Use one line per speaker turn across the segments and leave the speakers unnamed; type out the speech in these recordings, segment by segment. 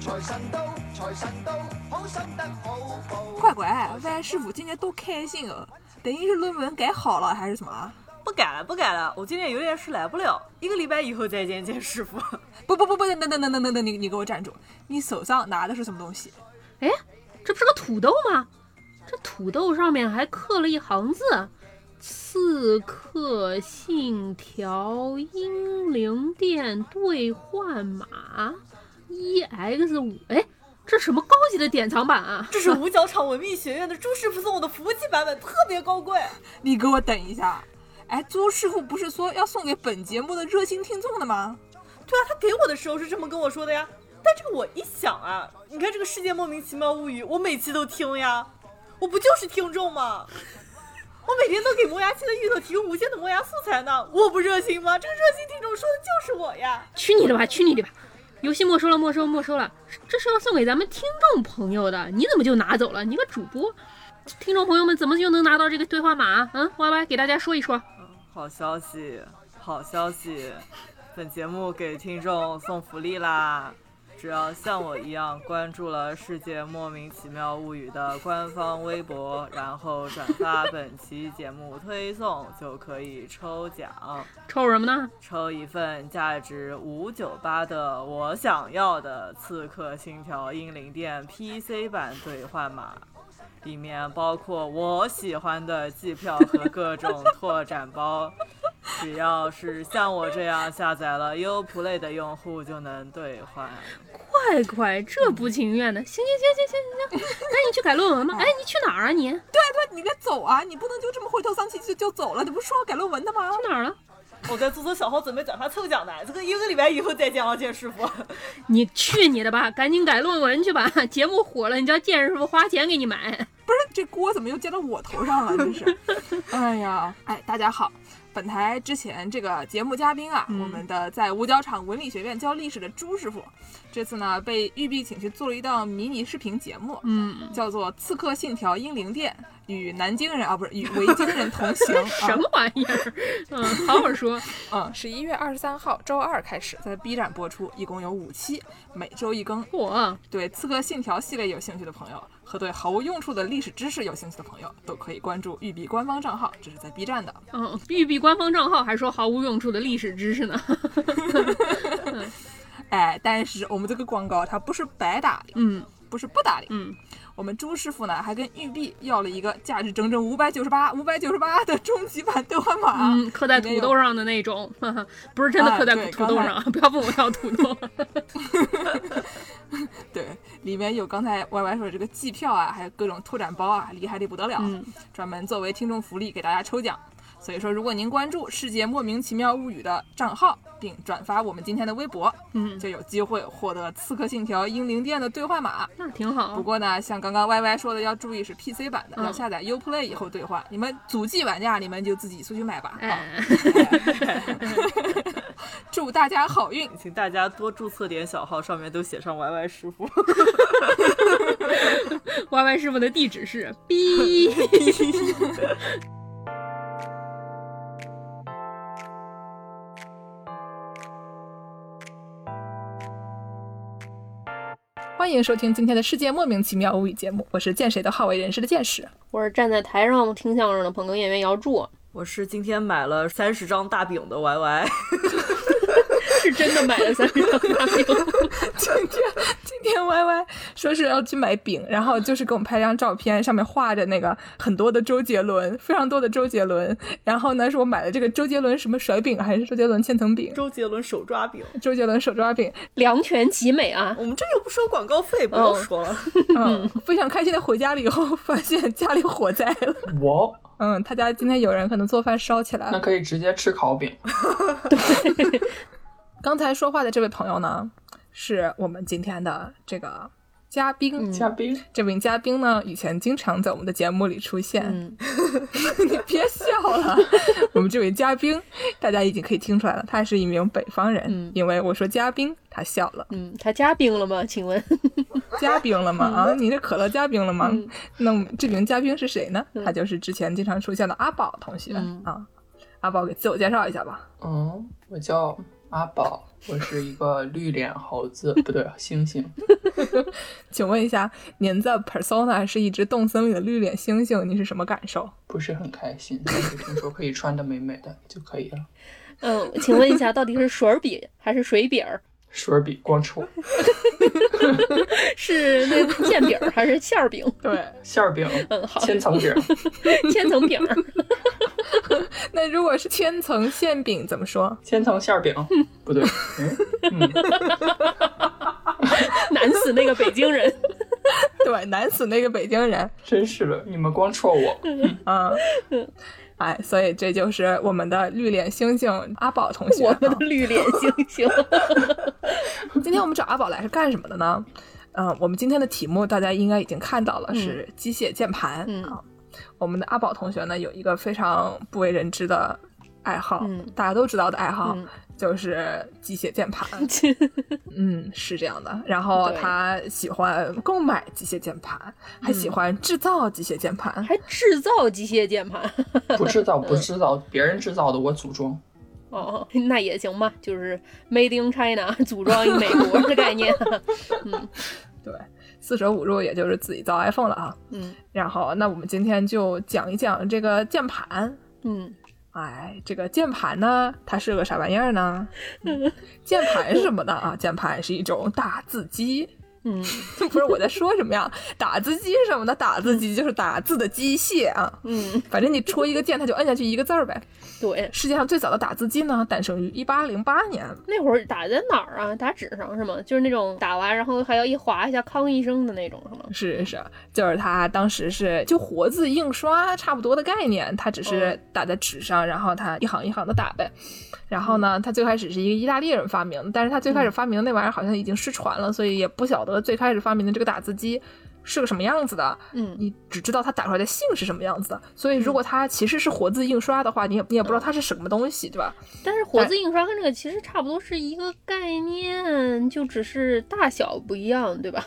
財神到，財神到，好心得好報。
快拐歪师傅今年都开心哦，等于是论文改好了还是什么啊？
不改了，不改了，我今天有点事来不了，一个礼拜以后再见见师傅。
不不不不，等等等等等等等，你你给我站住！你手上拿的是什么东西？
哎，这不是个土豆吗？这土豆上面还刻了一行字：“刺客信条英灵殿兑换码 EX 五。”哎，这什么高级的典藏版啊？
这是五角场文秘学院的朱师傅送我的服务器版本，特别高贵。
你给我等一下！哎，朱师傅不是说要送给本节目的热心听众的吗？
对啊，他给我的时候是这么跟我说的呀。但这个我一想啊，你看这个世界莫名其妙物语，我每期都听呀，我不就是听众吗？我每天都给磨牙期的芋头提供无限的磨牙素材呢，我不热心吗？这个热心听众说的就是我呀。
去你的吧，去你的吧！游戏没收了，没收，没收了！这是要送给咱们听众朋友的，你怎么就拿走了？你个主播，听众朋友们怎么就能拿到这个兑换码啊？嗯，Y Y 给大家说一说。
好消息，好消息！本节目给听众送福利啦！只要像我一样关注了《世界莫名其妙物语》的官方微博，然后转发本期节目推送，就可以抽奖，
抽什么呢？
抽一份价值五九八的《我想要的刺客信条：英灵殿》PC 版兑换码。里面包括我喜欢的机票和各种拓展包。只要是像我这样下载了 Uplay 的用户，就能兑换。
快快，这不情愿的！行行行行行行行， 那你去改论文
哦
吧。哎，你去哪儿啊你？去
对对，你该走啊！你不能就这么灰头丧气就就走了，你不是说要改论文的吗？
哪儿了？
我在足球小号准备转发抽奖的，这个一个礼拜以后再见啊，见师傅。
你去你的吧，赶紧改论文去吧。 节目火了，你叫贱师傅花钱给你买。
不是 这锅怎么又接到我头上了？真是，哎呀，哎，大家好，本台之前这个节目嘉宾啊，我们的在五角场文理学院教历史的朱师傅，这次呢被玉碧请去做了一档迷你视频节目，
嗯，
叫做《刺客信条：英灵殿》，与南京人啊不是与维京人同行
什么玩意儿？嗯，好好说。
啊？嗯，十一月二十三号周二开始在 B 站播出，一共有五期，每周一更。
我
对《刺客信条》系列有兴趣的朋友和对毫无用处的历史知识有兴趣的朋友，都可以关注育碧官方账号，这是在 B 站的。
嗯，玉碧官方账号还说毫无用处的历史知识 呢。
哎，但是我们这个广告它不是白打的，
嗯
不是不打的。
嗯，
我们朱师傅呢还跟玉碧要了一个价值整整五百九十八、五百九十八的终极版兑换码。
嗯，刻在土豆上的那种， 不是真的刻在
啊对
土豆上， 不要问我要土 豆。
对，里面有刚才 Y Y 说的这个季票啊，还有各种拓展包啊，厉害的不得了，
嗯
专门作为听众福利给大家抽奖。所以说，如果您关注《世界莫名其妙物语》的账号，并转发我们今天的微博，
嗯，
就有机会获得《刺客信条：英灵殿》的兑换码。
那挺好。
不过呢，像刚刚 Y Y 说的，要注意是 PC 版的，
嗯
要下载 Uplay 以后兑换。你们祖籍玩家，你们就自己出去买吧。啊，
哎，
祝大家好运！
请大家多注册点小号，上面都写上 YY 师傅。
Y Y 师傅的地 址是 B。
欢迎收听今天的《世界莫名其妙物语》节目，我是见谁都好为人师的见识。
我是站在台上听相声的捧哏演员姚柱，
我是今天买了三十张大饼的 YY，
是真的买了三十张大饼。
今天今天 Y Y 说是要去买饼，然后就是给我们拍张照片，上面画着那个很多的周杰伦，非常多的周杰伦。然后呢，是我买了这个周杰伦什么甩饼，啊还是周杰伦千层饼，
周杰伦手抓饼。
周杰伦手抓饼。
两全其美啊！
我们这又不收广告费，不
哦
用说了。
嗯，非常开心的回家了以后，发现家里火灾了。
我
嗯，他家今天有人可能做饭烧起来
那
了。
可以直接吃烤饼。
刚才说话的这位朋友呢，是我们今天的这个嘉宾。
嘉宾，
这名嘉宾呢，以前经常在我们的节目里出现。
嗯
你别笑了， 我们这位嘉宾，大家已经可以听出来了，他是一名北方人。
嗯
因为我说嘉宾，他笑了。
嗯，他加冰了吗？请问，
嘉宾了吗？啊，你这可乐嘉宾了吗？
嗯
那么这名嘉宾是谁呢？
嗯
他就是之前经常出现的阿宝同学、
嗯
啊。阿宝给自我介绍一下吧。
嗯，我叫
阿宝，我是一个绿脸猴子，不对，猩猩。
请问一下，您在 Persona 是一只动森里的绿脸猩猩，你是什么感受？
不是很开心，但是听说可以穿的美美的就可以了。
呃，请问一下，到底是水儿笔还是水饼儿？
水笔光戳，
是那个馅饼儿还是馅儿饼？
对，
馅儿饼
嗯，好，
千层饼，
千层饼儿。
那如果是千层馅饼怎么说？
千层馅儿饼，不对，嗯，嗯
难死那个北京人。
对，难死那个北京人。
真是的，你们光戳我，
嗯，哎，所以这就是我们的绿脸猩猩阿宝同学
我
啊。
们的绿脸猩猩，
今天我们找阿宝来是干什么的呢？嗯，我们今天的题目大家应该已经看到了，
嗯
是机械键盘。
嗯
啊，我们的阿宝同学呢有一个非常不为人知的爱好，
嗯
大家都知道的爱好、
嗯
就是机械键盘。嗯，是这样的。然后
对嗯
他喜欢购买机械键盘，还喜欢制造机械键盘。
还制造机械键盘。
不制造，不制造，别人制造的我组装，
哦，那也行吧，就是 Made in China，组装一美国的概念。
对，四舍五入也就是自己造 iPhone 了啊。
嗯
然后，那我们今天就讲一讲这个键盘。
嗯，
哎，这个键盘呢，它是个啥玩意儿呢？嗯、键盘是什么呢？啊，键盘是一种打字机。
嗯，
不是我在说什么呀？打字机是什么呢？打字机就是打字的机械啊。
嗯，
反正你戳一个键，它就摁下去一个字儿呗。
对，
世界上最早的打字机呢，诞生于一八零八年。
那会儿打在哪儿啊？打纸上是吗？就是那种打完然后还要一划一下，康一声的那种是吗？
是是，就是它当时是就活字印刷差不多的概念，它只是
嗯
打在纸上，然后它一行一行的打呗。然后呢，
嗯
它最开始是一个意大利人发明的，但是它最开始发明的那玩意儿好像已经失传了，所以也不晓得最开始发明的这个打字机是个什么样子的。
嗯
你只知道它打出来的信是什么样子的，所以如果它其实是活字印刷的话，你也你也不
嗯
知道它是什么东西，对吧？
但是活字印刷跟这个其实差不多是一个概念，就只是大小不一样，对吧？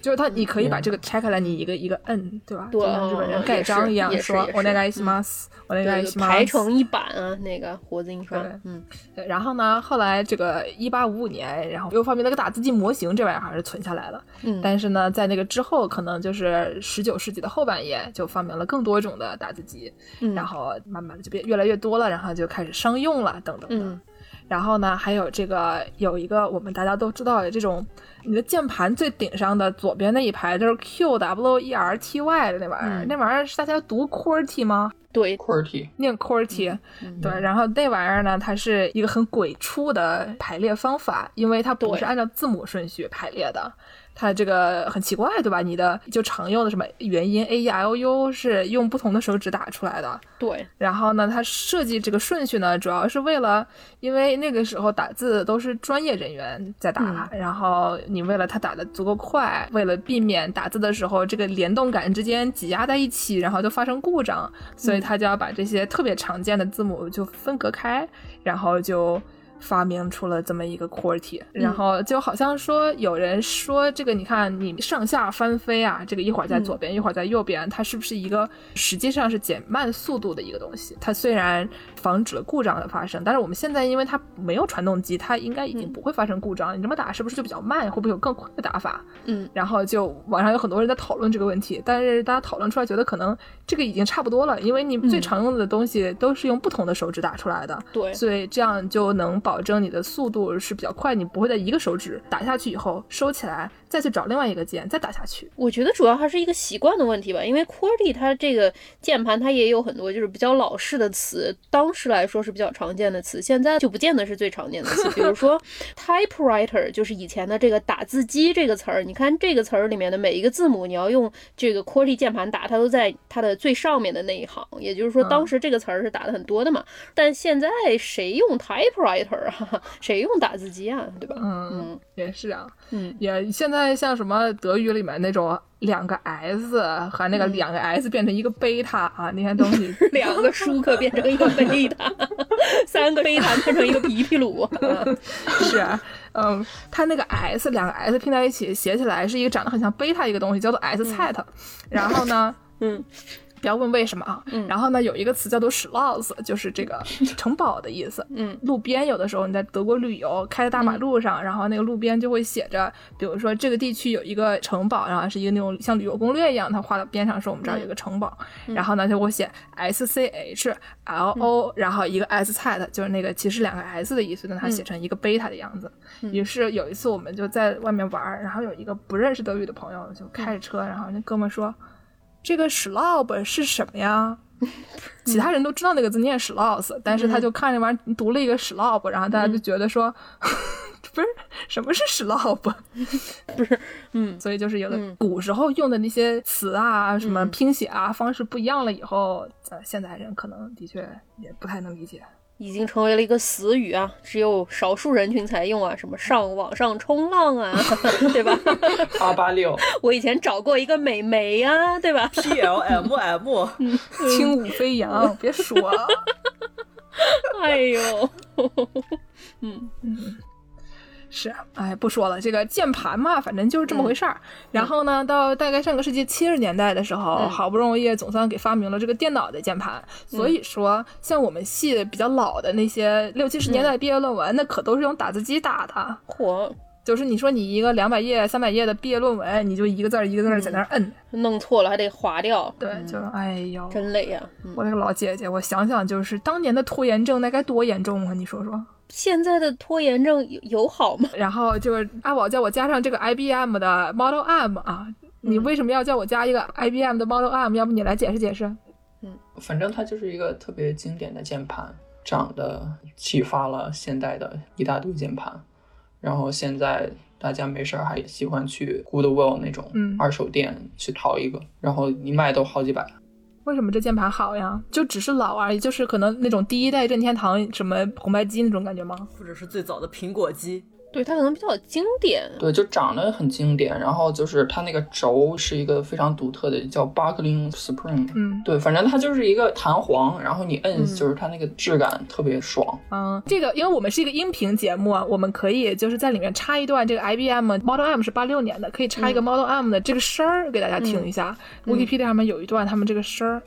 就是它，你可以把这个拆开来，你一个一个摁，对吧？
嗯对
就像日本人
嗯
盖章一样
也，是
说
也是嗯
我那个します，我那个
对，
し
就
ます，
排成一版啊，那个活字印刷
对。
嗯
对，然后呢，后来这个一八五五年，然后又发明了个打字机模型，这玩意儿还是存下来了。
嗯，
但是呢，在那个之后，可能就是十九世纪的后半叶，就发明了更多种的打字机，
嗯
然后慢慢的就变越来越多了，然后就开始商用了，等等的。
嗯
然后呢，还有这个有一个我们大家都知道的这种，你的键盘最顶上的左边那一排就是 Q W E R T Y 的那玩意儿，
嗯
那玩意儿是大家读 QWERTY 吗？
对，
QWERTY
念 QWERTY，、
嗯
对，然后那玩意儿呢，它是一个很鬼畜的排列方法，因为它不
对
是按照字母顺序排列的，它这个很奇怪，对吧？你的就常用的什么元音 a e i o u 是用不同的手指打出来的，
对，
然后呢，它设计这个顺序呢，主要是为了，因为那个时候打字都是专业人员在打，然后你为了它打的足够快，为了避免打字的时候这个联动感之间挤压在一起，然后就发生故障，所以它就要把这些特别常见的字母就分隔开，然后就。发明出了这么一个 QWERTY，然后就好像说有人说这个，你看你上下翻飞啊，这个一会儿在左边，一会儿在右边，它是不是一个实际上是减慢速度的一个东西？它虽然防止了故障的发生，但是我们现在因为它没有传动机，它应该已经
嗯
不会发生故障。你这么打是不是就比较慢？会不会有更快的打法？
嗯
然后就网上有很多人在讨论这个问题，但是大家讨论出来觉得可能这个已经差不多了，因为你最
嗯
常用的东西都是用不同的手指打出来的。
对，
所以这样就能保证你的速度是比较快，你不会在一个手指打下去以后收起来，再去找另外一个键再打下去。
我觉得主要还是一个习惯的问题吧，因为 QWERTY 它这个键盘它也有很多就是比较老式的词，当时来说是比较常见的词，现在就不见得是最常见的词。比如说 typewriter，就是以前的这个打字机这个词儿，你看这个词儿里面的每一个字母，你要用这个 QWERTY 键盘打，它都在它的最上面的那一行，也就是说
嗯
当时这个词儿是打的很多的嘛。但现在谁用 typewriter 啊？ 谁用打字机啊？对吧？
嗯，
嗯
也是啊，
嗯，
也现在像什么德语里面那种两个 S 和那个
嗯
两个 S 变成一个贝塔啊，那些东西
两个舒克变成一个贝 塔，三个贝塔变成一个皮皮鲁。嗯
是啊，嗯，它那个 S 两个 S 拼在一起写起来是一个长得很像贝塔一个东西，叫做 S set、然后呢，
嗯，
不要问为什么啊。
嗯
然后呢，有一个词叫做 Schloss，就是这 个城堡的意思。
嗯，
路边有的时候你在德国旅游，开在大马路上，然后那个路边就会写着，比如说这个地区有一个城堡，然后是一个那种像旅游攻略一样，它画到边上说我们这
嗯
儿有个城堡，然后呢就会写 S C H L O，、然
嗯
后一个 S c h 就是那个其实两个 S 的意思，但它写成一个贝塔的样子。
嗯
于是有一次我们就在外面玩儿，然后有一个不认识德语的朋友就开着
嗯
车，然后那哥们说：“这个 schlob 是什么呀？”
嗯
其他人都知道那个字念 schloss，但是他就看那玩意儿读了一个 schlob，然后大家
嗯
就觉得说， 不是什么是 schlob，不是，
嗯，
所以就是有的
嗯
古时候用的那些词啊，什么
嗯
拼写啊方式不一样了以后，呃，现在人可能的确也不太能理解。
已经成为了一个死语啊，只有少数人群才用啊，什么上网上冲浪啊， 对吧？
八八六，
我以前找过一个美眉啊，对吧？
P L M M，
嗯
轻舞飞扬，别说了。
哎呦，
是，哎，不说了，这个键盘嘛，反正就是这么
嗯
回事儿。然后呢，到大概上个世纪七十年代的时候，
嗯
好不容易总算给发明了这个电脑的键盘。所以说，像我们系比较老的那些六七十年
嗯
代毕业论文，那可都是用打字机打的。
嚯，
就是你说你一个两百页、三百页的毕业论文，你就一个字儿一个字儿在那儿摁，
弄错了还得划掉，
对，就哎呦，
嗯真累呀、嗯，
我这个老姐姐，我想想，就是当年的拖延症那该多严重啊！你说说。
现在的拖延症有有好吗？
然后就是阿宝叫我加上这个 IBM 的 Model M 啊，你
嗯
为什么要叫我加一个 IBM 的 Model M？要不你来解释解释？
反正它就是一个特别经典的键盘，长得启发了现代的一大堆键盘。然后现在大家没事儿还喜欢去 Goodwill 那种
嗯
二手店去淘一个，然后一卖都好几百。
为什么这键盘好呀？就只是老而已，就是可能那种第一代任天堂什么红白机那种感觉吗？
或者是最早的苹果机，
对，它可能比较经典，
对，就长得很经典。然后就是它那个轴是一个非常独特的，叫 Buckling Spring。
嗯
对，反正它就是一个弹簧，然后你
嗯
摁，就是它那个质感特别爽。
嗯，这个因为我们是一个音频节目，啊，我们可以就是在里面插一段这个 IBM Model M 是八六年的，可以插一个 Model M 的这个声儿给大家听一下。
嗯
Wikipedia 上面有一段他们这个声儿，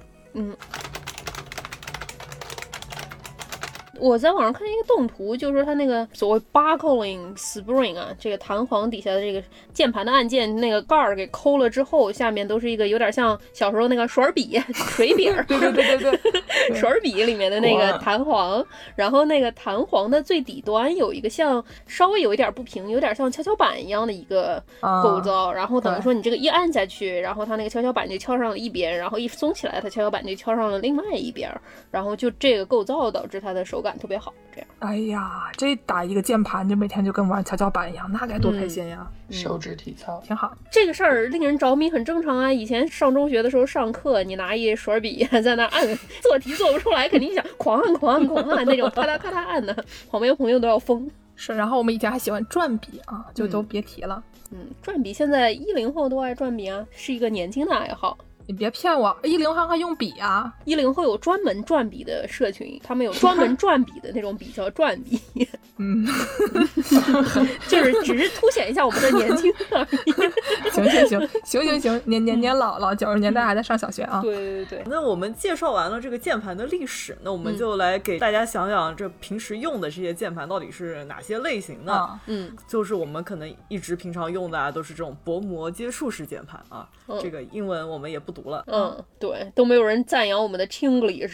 我在网上看见一个动图，就是它那个所谓 buckling spring 啊，这个弹簧底下的这个键盘的按键那个盖儿给抠了之后，下面都是一个有点像小时候那个水 笔、水笔儿、
对对对对对，
水笔里面的那个
哇
弹簧，然后那个弹簧的最底端有一个像稍微有一点不平，有点像跷跷板一样的一个
啊
构造，然后等于
对
说你这个一按下去，然后它那个跷跷板就敲上了一边，然后一松起来，它跷跷板就敲上了另外一边儿，然后就这个构造导致它的手感特别好，这样。
哎呀，这打一个键盘，就每天就跟玩跷跷板一样，那该多开心呀！
手指体操，
挺好。
这个事儿令人着迷，很正常啊。以前上中学的时候上课，你拿一水笔在那按做题做不出来，肯定想狂按狂按狂按那种，啪嗒啪嗒按的，旁边朋友都要疯。
是，然后我们以前还喜欢转笔啊，就都别提了。
嗯，转笔现在一零后都爱转笔啊，是一个年轻的爱好。
你别骗我，一零后还用笔啊？
一零后有专门转笔的社群，他们有专门转笔的那种笔叫转笔，
嗯，
就是只是凸显一下我们的年轻而已。
行行行行行行，年年年老了，九十年代还在上小学啊。
对对对，
那我们介绍完了这个键盘的历史，那我们
嗯
就来给大家想想，这平时用的这些键盘到底是哪些类型 呢？
啊，
嗯
就是我们可能一直平常用的啊，都是这种薄膜接触式键盘啊，
嗯
这个英文我们也不读了。
嗯，对，都没有人赞扬我们的 English，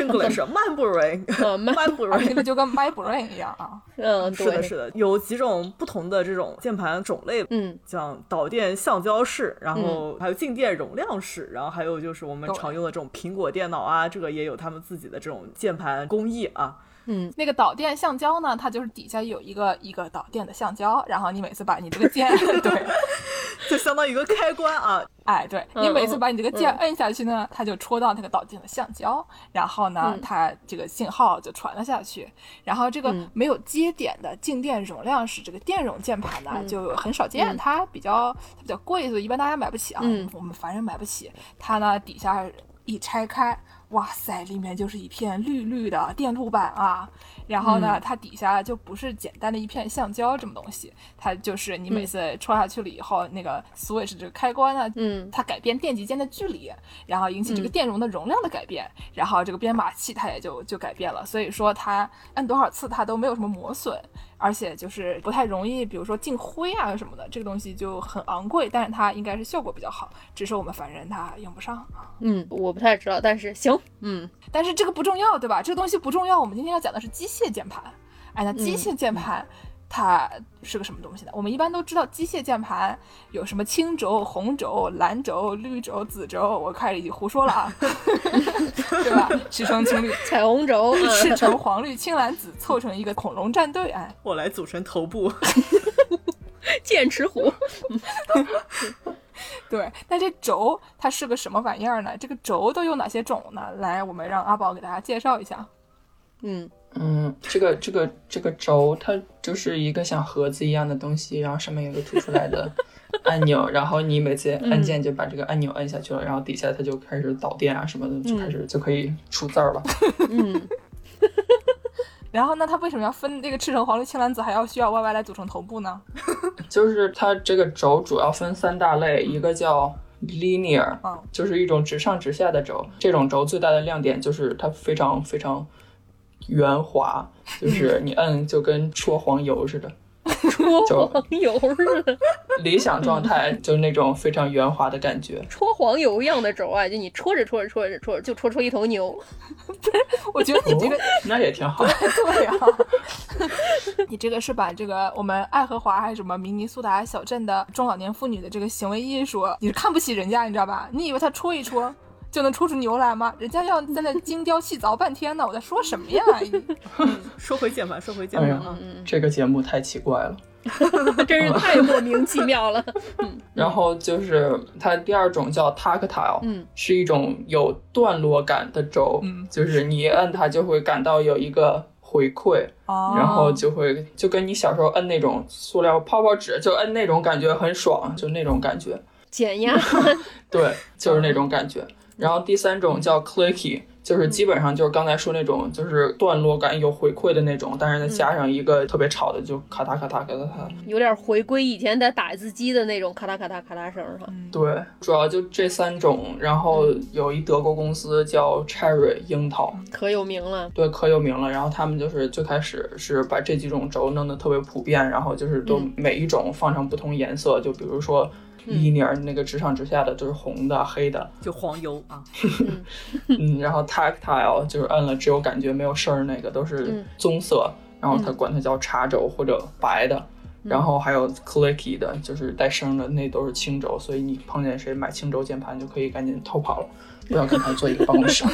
English Mandarin，
嗯慢
Mandarin，
这个就跟 My Brain 一样啊。
嗯，
是的，
对，
是的，有几种不同的这种键盘种类，
嗯
像导电橡胶式，然
嗯
后还有静电容量式，然后还有就是我
哦
们
对
常用的这种苹果电脑啊，这个也有他们自己的这种键盘工艺啊。
嗯，
那个导电橡胶呢，它就是底下有一个一个导电的橡胶，然后你每次把你这个键， 对，
就相当于一个开关啊，
哎，对
嗯
你每次把你这个键摁下去呢，它就戳到那个导电的橡胶，然后呢
嗯，
它这个信号就传了下去。然后这个
嗯
没有接点的静电容量是这个电容键盘呢
嗯
就很少见，
嗯
它比较它比较贵，所以一般大家买不起啊
嗯，
我们凡人买不起。它呢底下一拆开，哇塞，里面就是一片绿绿的电路板啊。然后
嗯
呢，它底下就不是简单的一片橡胶这么东西，它就是你每次戳下去了以后，那个 switch 这个开关呢，
嗯
它改变电极间的距离，然后引起这个
嗯
电容的容量的改变，然后这个编码器它也就就改变了。所以说它按多少次它都没有什么磨损，而且就是不太容易，比如说进灰啊什么的，这个东西就很昂贵，但是它应该是效果比较好，只是我们凡人它用不上。啊
嗯，我不太知道，但是行，嗯，
但是这个不重要，对吧？这个东西不重要。我们今天要讲的是机械键盘。哎，那机械键盘、它是个什么东西呢？我们一般都知道机械键盘有什么青轴、红轴、蓝轴、绿轴、紫轴，我开始胡说了 啊，对吧？赤橙青绿，
彩虹轴，
赤橙黄绿青蓝紫，凑成一个恐龙战队。哎，
我来组成头部。
剑齿虎，
对，那这轴它是个什么玩意儿呢？这个轴都有哪些种呢？来，我们让阿宝给大家介绍一下。
嗯
嗯，这个这个这个轴，它就是一个像盒子一样的东西，然后上面有一个凸出来的按钮，然后你每次按键就把这个按钮按下去了，然后底下它就开始导电啊什么的，就开始就可以出字儿了。
嗯，
然后呢，它为什么要分这个赤橙黄绿青蓝紫，还要需要 YY 来组成头部呢？
就是它这个轴主要分三大类，一个叫 linear，
嗯
就是一种直上直下的轴。这种轴最大的亮点就是它非常非常圆滑，就是你摁就跟戳黄油似的。
戳
就
黄油似的，
理想状态就是那种非常圆滑的感觉。
戳黄油一样的轴啊，就你戳着戳着戳着戳着，就戳出一头牛，
我觉得你这个
哦、那也挺好。
对呀、 你这个是把这个我们爱荷华还是什么明尼苏达小镇的中老年妇女的这个行为艺术，你是看不起人家，你知道吧？你以为她戳一戳就能戳出牛来吗？人家要在那精雕细凿半天呢，我在说什么呀？
说回键盘，说回键
哎
盘
呀
啊，，
这个节目太奇怪了。
真是太莫名其妙了。
然后就是它第二种叫 tactile，
嗯，
哦是一种有段落感的轴，
嗯
就是你一摁它就会感到有一个回馈，
哦
然后就会就跟你小时候摁那种塑料泡泡纸，就摁那种感觉很爽，就那种感觉，
减压，
对，就是那种感觉。然后第三种叫 clicky，就是基本上就是刚才说那种，就是段落感有回馈的那种，但是再加上一个特别吵的，就咔嗒咔嗒咔嗒咔嗒。
有点回归以前在打字机的那种咔嗒咔嗒咔嗒声儿哈。
对，主要就这三种。然后有一德国公司叫 Cherry 樱桃，
可有名了，
对，可有名了。然后他们就是最开始是把这几种轴弄得特别普遍，然后就是都
嗯
每一种放上不同颜色，就比如说。伊尼尔那个直上直下的就是红的、黑的，
就黄油啊，
嗯，然后 tactile 就是摁了只有感觉没有声儿那个都是
嗯
棕色，然后它管它叫茶轴或者白的，然后还有 clicky 的，就是带声的那都是青轴，所以你碰见谁买青轴键盘就可以赶紧偷跑了，不要跟他坐一个办公室。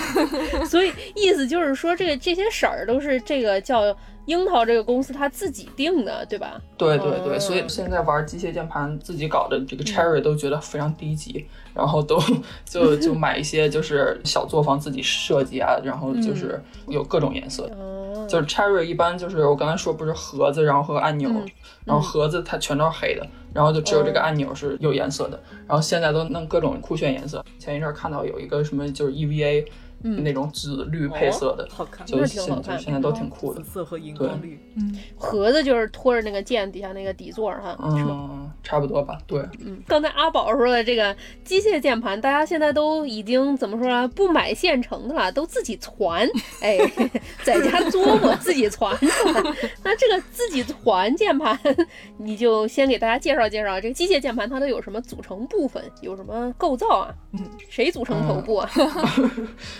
所以意思就是说，这个这些色儿都是这个叫樱桃这个公司他自己定的，对吧？
对对对，
嗯
所以现在玩机械键盘自己搞的这个 Cherry 都觉得非常低级，然后都就就买一些就是小作坊自己设计啊，然后就是有各种颜色。
哦，
就是 Cherry 一般就是我刚才说不是盒子，然后和按钮，
嗯
然后盒子它全都是黑的，然后就只有
哦
这个按钮是有颜色的，然后现在都弄各种酷炫颜色。前一阵儿看到有一个什么就是 EVA、那种紫绿配色的，
哦好看，
就
嗯那
是
挺
现
好看
就现在都挺酷的
紫。色和荧光绿。
盒子就是拖着那个剑底下那个底座儿哈，是吗？
嗯，差不多吧，对。
刚才阿宝说的这个机械键盘，大家现在都已经怎么说呢？不买现成的了，都自己 攒，哎，在家琢磨自己攒着了。那这个自己攒键盘，你就先给大家介绍介绍这个机械键盘它都有什么组成部分，有什么构造啊？嗯，谁组成头部啊？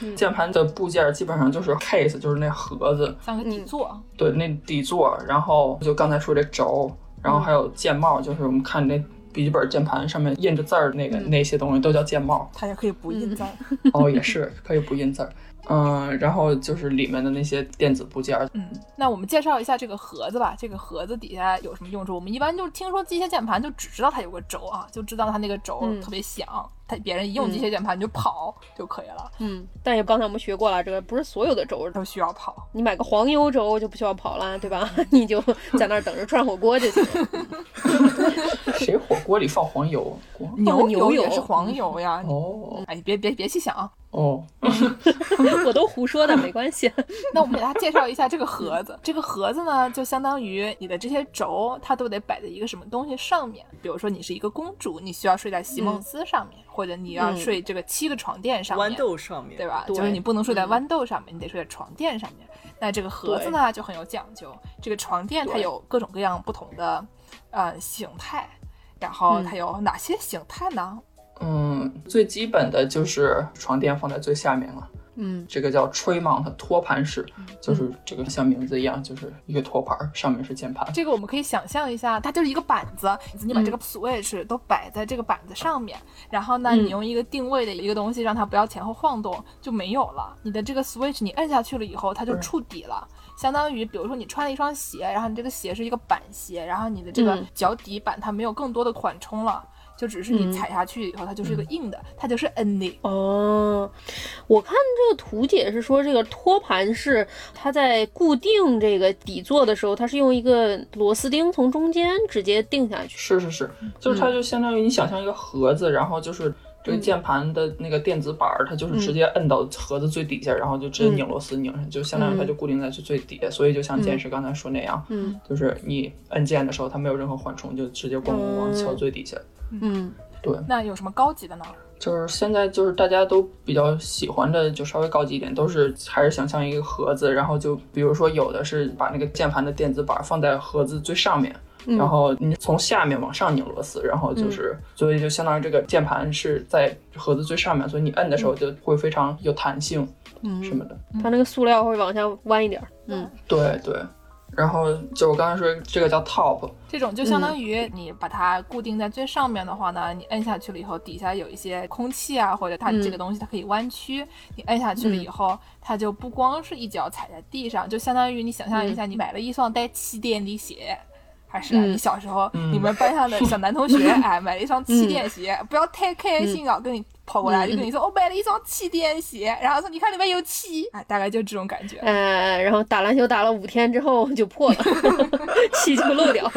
嗯
键盘的部件基本上就是 case，就是那盒子，
像个底座，
对，那底座，然后就刚才说这轴，然
嗯
后还有键帽，就是我们看那笔记本键盘上面印着字儿那
嗯
个、那些东西都叫键帽。
它也可以不印章。
哦，也是可以不印字儿。嗯，然后就是里面的那些电子部件儿，
嗯，那我们介绍一下这个盒子吧。这个盒子底下有什么用处？我们一般就是听说机械键盘，就只知道它有个轴啊，就知道它那个轴
嗯
特别响，它别人一用机械键盘你就跑就可以了，
嗯，但也刚才我们学过了，这个不是所有的轴
都需要跑。
你买个黄油 粥就不需要跑了，对吧？你就在那儿等着涮火锅就行了。
谁火锅里放黄油？黄
哦牛
油
牛
也
油
是黄油呀。你
哦
哎，别别别细想啊！
哦，
我都胡说的，没关系。
那我们给大家介绍一下这个盒子。这个盒子呢，就相当于你的这些轴，它都得摆在一个什么东西上面。比如说，你是一个公主，你需要睡在席梦思上面，或者你要
嗯
睡这个七个床垫上面。
豌豆上面，
对吧？
对嗯
就是你不能睡在豌豆上面，你得睡在床垫上面。那这个盒子呢就很有讲究，这个床垫它
对
有各种各样不同的呃形态，然后
嗯
它有哪些形态呢？
嗯，最基本的就是床垫放在最下面了，
嗯，
这个叫 tray mount 托盘式，就是这个像名字一样，就是一个托盘，上面是键盘。
这个我们可以想象一下，它就是一个板子，你把这个 switch 都摆在这个板子上面，然后呢，
嗯
你用一个定位的一个东西让它不要前后晃动，就没有了。你的这个 switch 你摁下去了以后，它就
对
触底了。相当于，比如说你穿了一双鞋，然后你这个鞋是一个板鞋，然后你的这个
嗯
脚底板它没有更多的缓冲了，就只是你
嗯
踩下去以后，它就是一个硬的，它就是 ending。
哦，我看这个图解是说，这个托盘是它在固定这个底座的时候，它是用一个螺丝钉从中间直接定下去。嗯
是是是，就是它就相当于你想象一个盒子，然后就是这
嗯
个键盘的那个电子板儿，它就是直接摁到盒子最底下，然后就直
嗯
接拧螺丝拧上，就相当于它就固定在最最底下。所以就像剑士刚才说那样，
嗯
就是你按键的时候它没有任何缓冲，就直接咣咣咣敲最底下。
嗯
对，
那有什么高级的呢？
就是现在就是大家都比较喜欢的，就稍微高级一点，都是还是想象一个盒子，然后就比如说有的是把那个键盘的电子板放在盒子最上面，
嗯
然后你从下面往上拧螺丝，然后就是、所以就相当于这个键盘是在盒子最上面，所以你摁的时候就会非常有弹性什
嗯，
么的。
它那个塑料会往下弯一点儿。嗯
对对，然后就我刚才说这个叫 top，
这种就相
嗯
当于你把它固定在最上面的话呢，你摁下去了以后，底下有一些空气啊，或者它
嗯
这个东西它可以弯曲，你摁下去了以后，它就不光是一脚踩在地上，就相当于你想象一下，你买了一双带气垫的鞋。还是啊
嗯
你小时候，
嗯
你们班上的小男同学，哎，买了一双气
嗯
垫鞋，不要太开心啊，跟你跑过来就跟你说，我买了一双气垫鞋，然后说你看里面有气，哎，大概就这种感觉。
呃，然后打篮球打了五天之后 就破了，气就漏 掉。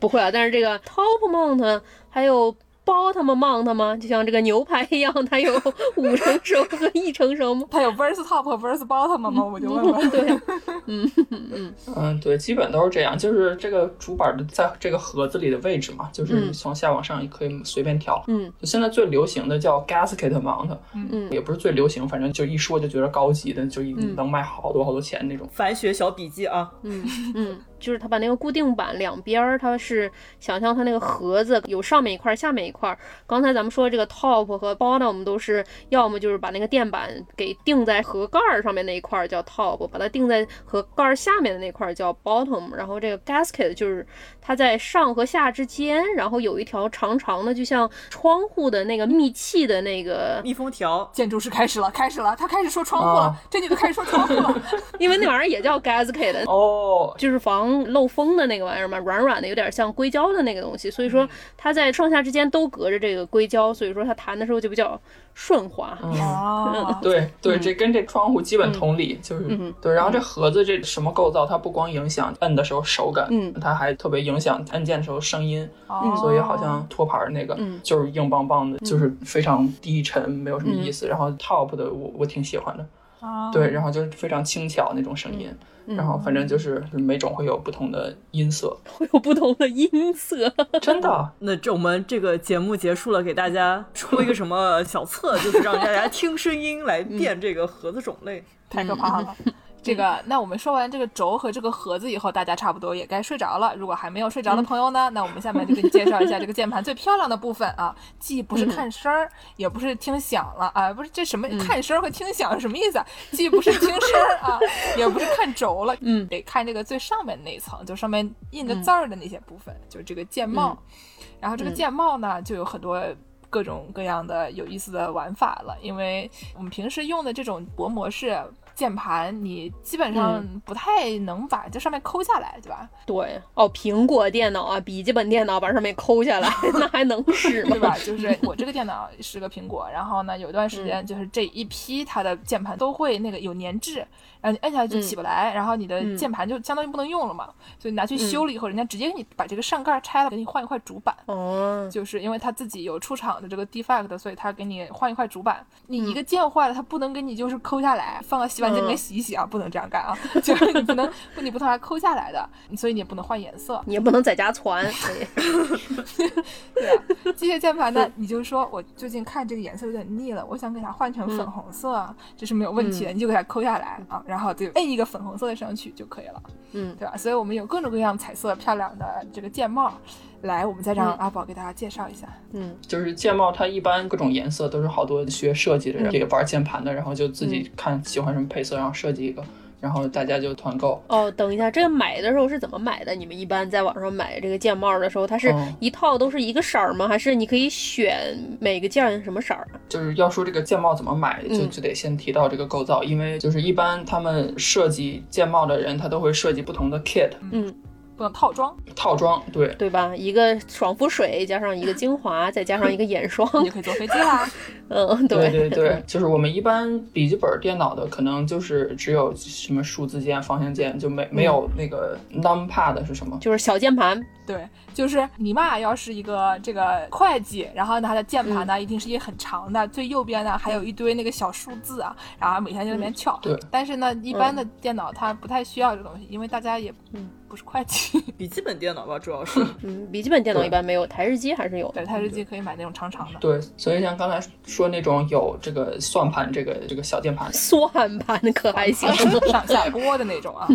不会啊，但是这个 top mount 还有 bottom mount 吗？就像这个牛排一样，它有五成熟和一成熟吗？
它有 verse top 和 verse bottom 吗？我就问问。
对啊，
嗯，对，基本都是这样，就是这个主板的在这个盒子里的位置嘛，就是你
嗯
从下往上也可以随便调。
嗯，
就现在最流行的叫 gasket mount，
嗯
也不是最流行，反正就一说就觉得高级的，就一
嗯
能卖好多好多钱那种。
凡学小笔记啊，
嗯，嗯，就是它把那个固定板两边儿，它是想象它那个盒子有上面一块儿，下面一块儿。刚才咱们说这个 top 和 bottom 都是要么就是把那个垫板给定在盒盖儿上面那一块儿叫 top，把它定在盒盖儿下面的那块儿叫 bottom。然后这个 gasket 就是它在上和下之间，然后有一条长长的，就像窗户的那个密气的那个，
密封条，
建筑师开始了，开始了，他开始说窗户了，
哦
这女的开始说窗户了。
因为那玩意儿也叫 gasket，
哦，
嗯就是防漏风的那个玩意儿嘛，软软的，有点像硅胶的那个东西，所以说它在上下之间都隔着这个硅胶，所以说它弹的时候就比较顺滑。
嗯，
哦，
对对，
嗯
这跟这窗户基本同理，就是
嗯
对。然后这盒子这什么构造，它不光影响摁的时候手感，
嗯
它还特别影响按键的时候声音。
哦
嗯所以好像托盘儿那个
嗯
就是硬邦邦的，就是非常低沉，没有什么意
嗯
思。然后 top 的我我挺喜欢的，
哦
对，，然后就是非常轻巧那种声音，
哦嗯
然后反正就是每种会有不同的音色，
会有不同的音色。
真的。
那这我们这个节目结束了，给大家出一个什么小册，就是让大家听声音来
嗯
辨这个盒子种类。
太可怕了。这个，那我们说完这个轴和这个盒子以后，大家差不多也该睡着了。如果还没有睡着
嗯
的朋友呢，那我们下面就给你介绍一下这个键盘最漂亮的部分啊，既
嗯
不是看声儿，也不是听响了啊，不是这什么看声儿和听响是什么意思啊？既不是听声儿 啊，也不是看轴了，
嗯
得看这个最上面那一层，就上面印着字儿的那些部分，就是这个键帽。然后这个
嗯
键帽呢，就有很多各种各样的有意思的玩法了。因为我们平时用的这种薄膜式键盘，你基本上
嗯
不太能把这上面抠下来，对吧？
对，哦，苹果电脑啊，笔记本电脑把上面抠下来， 那还能使吗
对？吧？就是我这个电脑是个苹果，然后呢，有一段
嗯
时间就是这一批它的键盘都会那个有粘滞，然后你摁下去就起不来，然后你的
嗯
键盘就相当于不能用了嘛，所以拿去修了以后，人家直接给你把这个上盖拆了，给你换一块主板。
哦，
就是因为他自己有出厂的这个 defect，所以他给你换一块主板。你一个键坏了，他不能给你就是抠下来，放到洗碗机里面
嗯
洗一洗啊，不能这样干啊， 就是你不能，你不能把它抠下来的，所以你也不能换颜色。
你也不能在家 传，哎
对啊，机械键盘呢，你就说我最近看这个颜色有点腻了，我想给它换成粉红色啊，这是没有问题的，你就给它抠下来啊，然后就摁一个粉红色的上去就可以了，
嗯
对吧？所以我们有各种各样彩色漂亮的这个键帽，来，我们再让
嗯
阿宝给大家介绍一下。
嗯，
就是键帽，它一般各种颜色都是好多学设计的
嗯
人、也玩键盘的，然后就自己看喜欢什么配色，然后设计一个，然后大家就团购。
哦，等一下，这个买的时候是怎么买的？你们一般在网上买这个键帽的时候，它是
嗯
一套都是一个色儿吗？还是你可以选每个键儿什么色儿？
就是要说这个键帽怎么买，就
嗯
就得先提到这个构造，因为就是一般他们设计键帽的人，他都会设计不同的 kit
不能套装，
套装，对，
对吧？一个爽肤水加上一个精华，再加上一个眼霜，
你就可以坐飞机啦。
嗯，
对对对，就是我们一般笔记本电脑的可能就是只有什么数字键、方向键，就没没有
嗯
那个 numpad 是什么？
就是小键盘，
对，就是你妈要是一个这个会计，然后呢，她的键盘
嗯
呢、一定是一个很长的，最右边呢还有一堆那个小数字啊，然后每天就在那
嗯
边翘。
对
但是呢，一般的电脑它不太需要这东西，因为大家也
嗯
不是会计，
笔记本电脑吧，主要是
嗯，笔记本电脑
对
一般没有，台式机还是有的。
对，台式机可以买那种长长的。
对，所以像刚才说那种有这个算盘这个这个小键盘，
算盘可 还行？
上下锅的那种啊，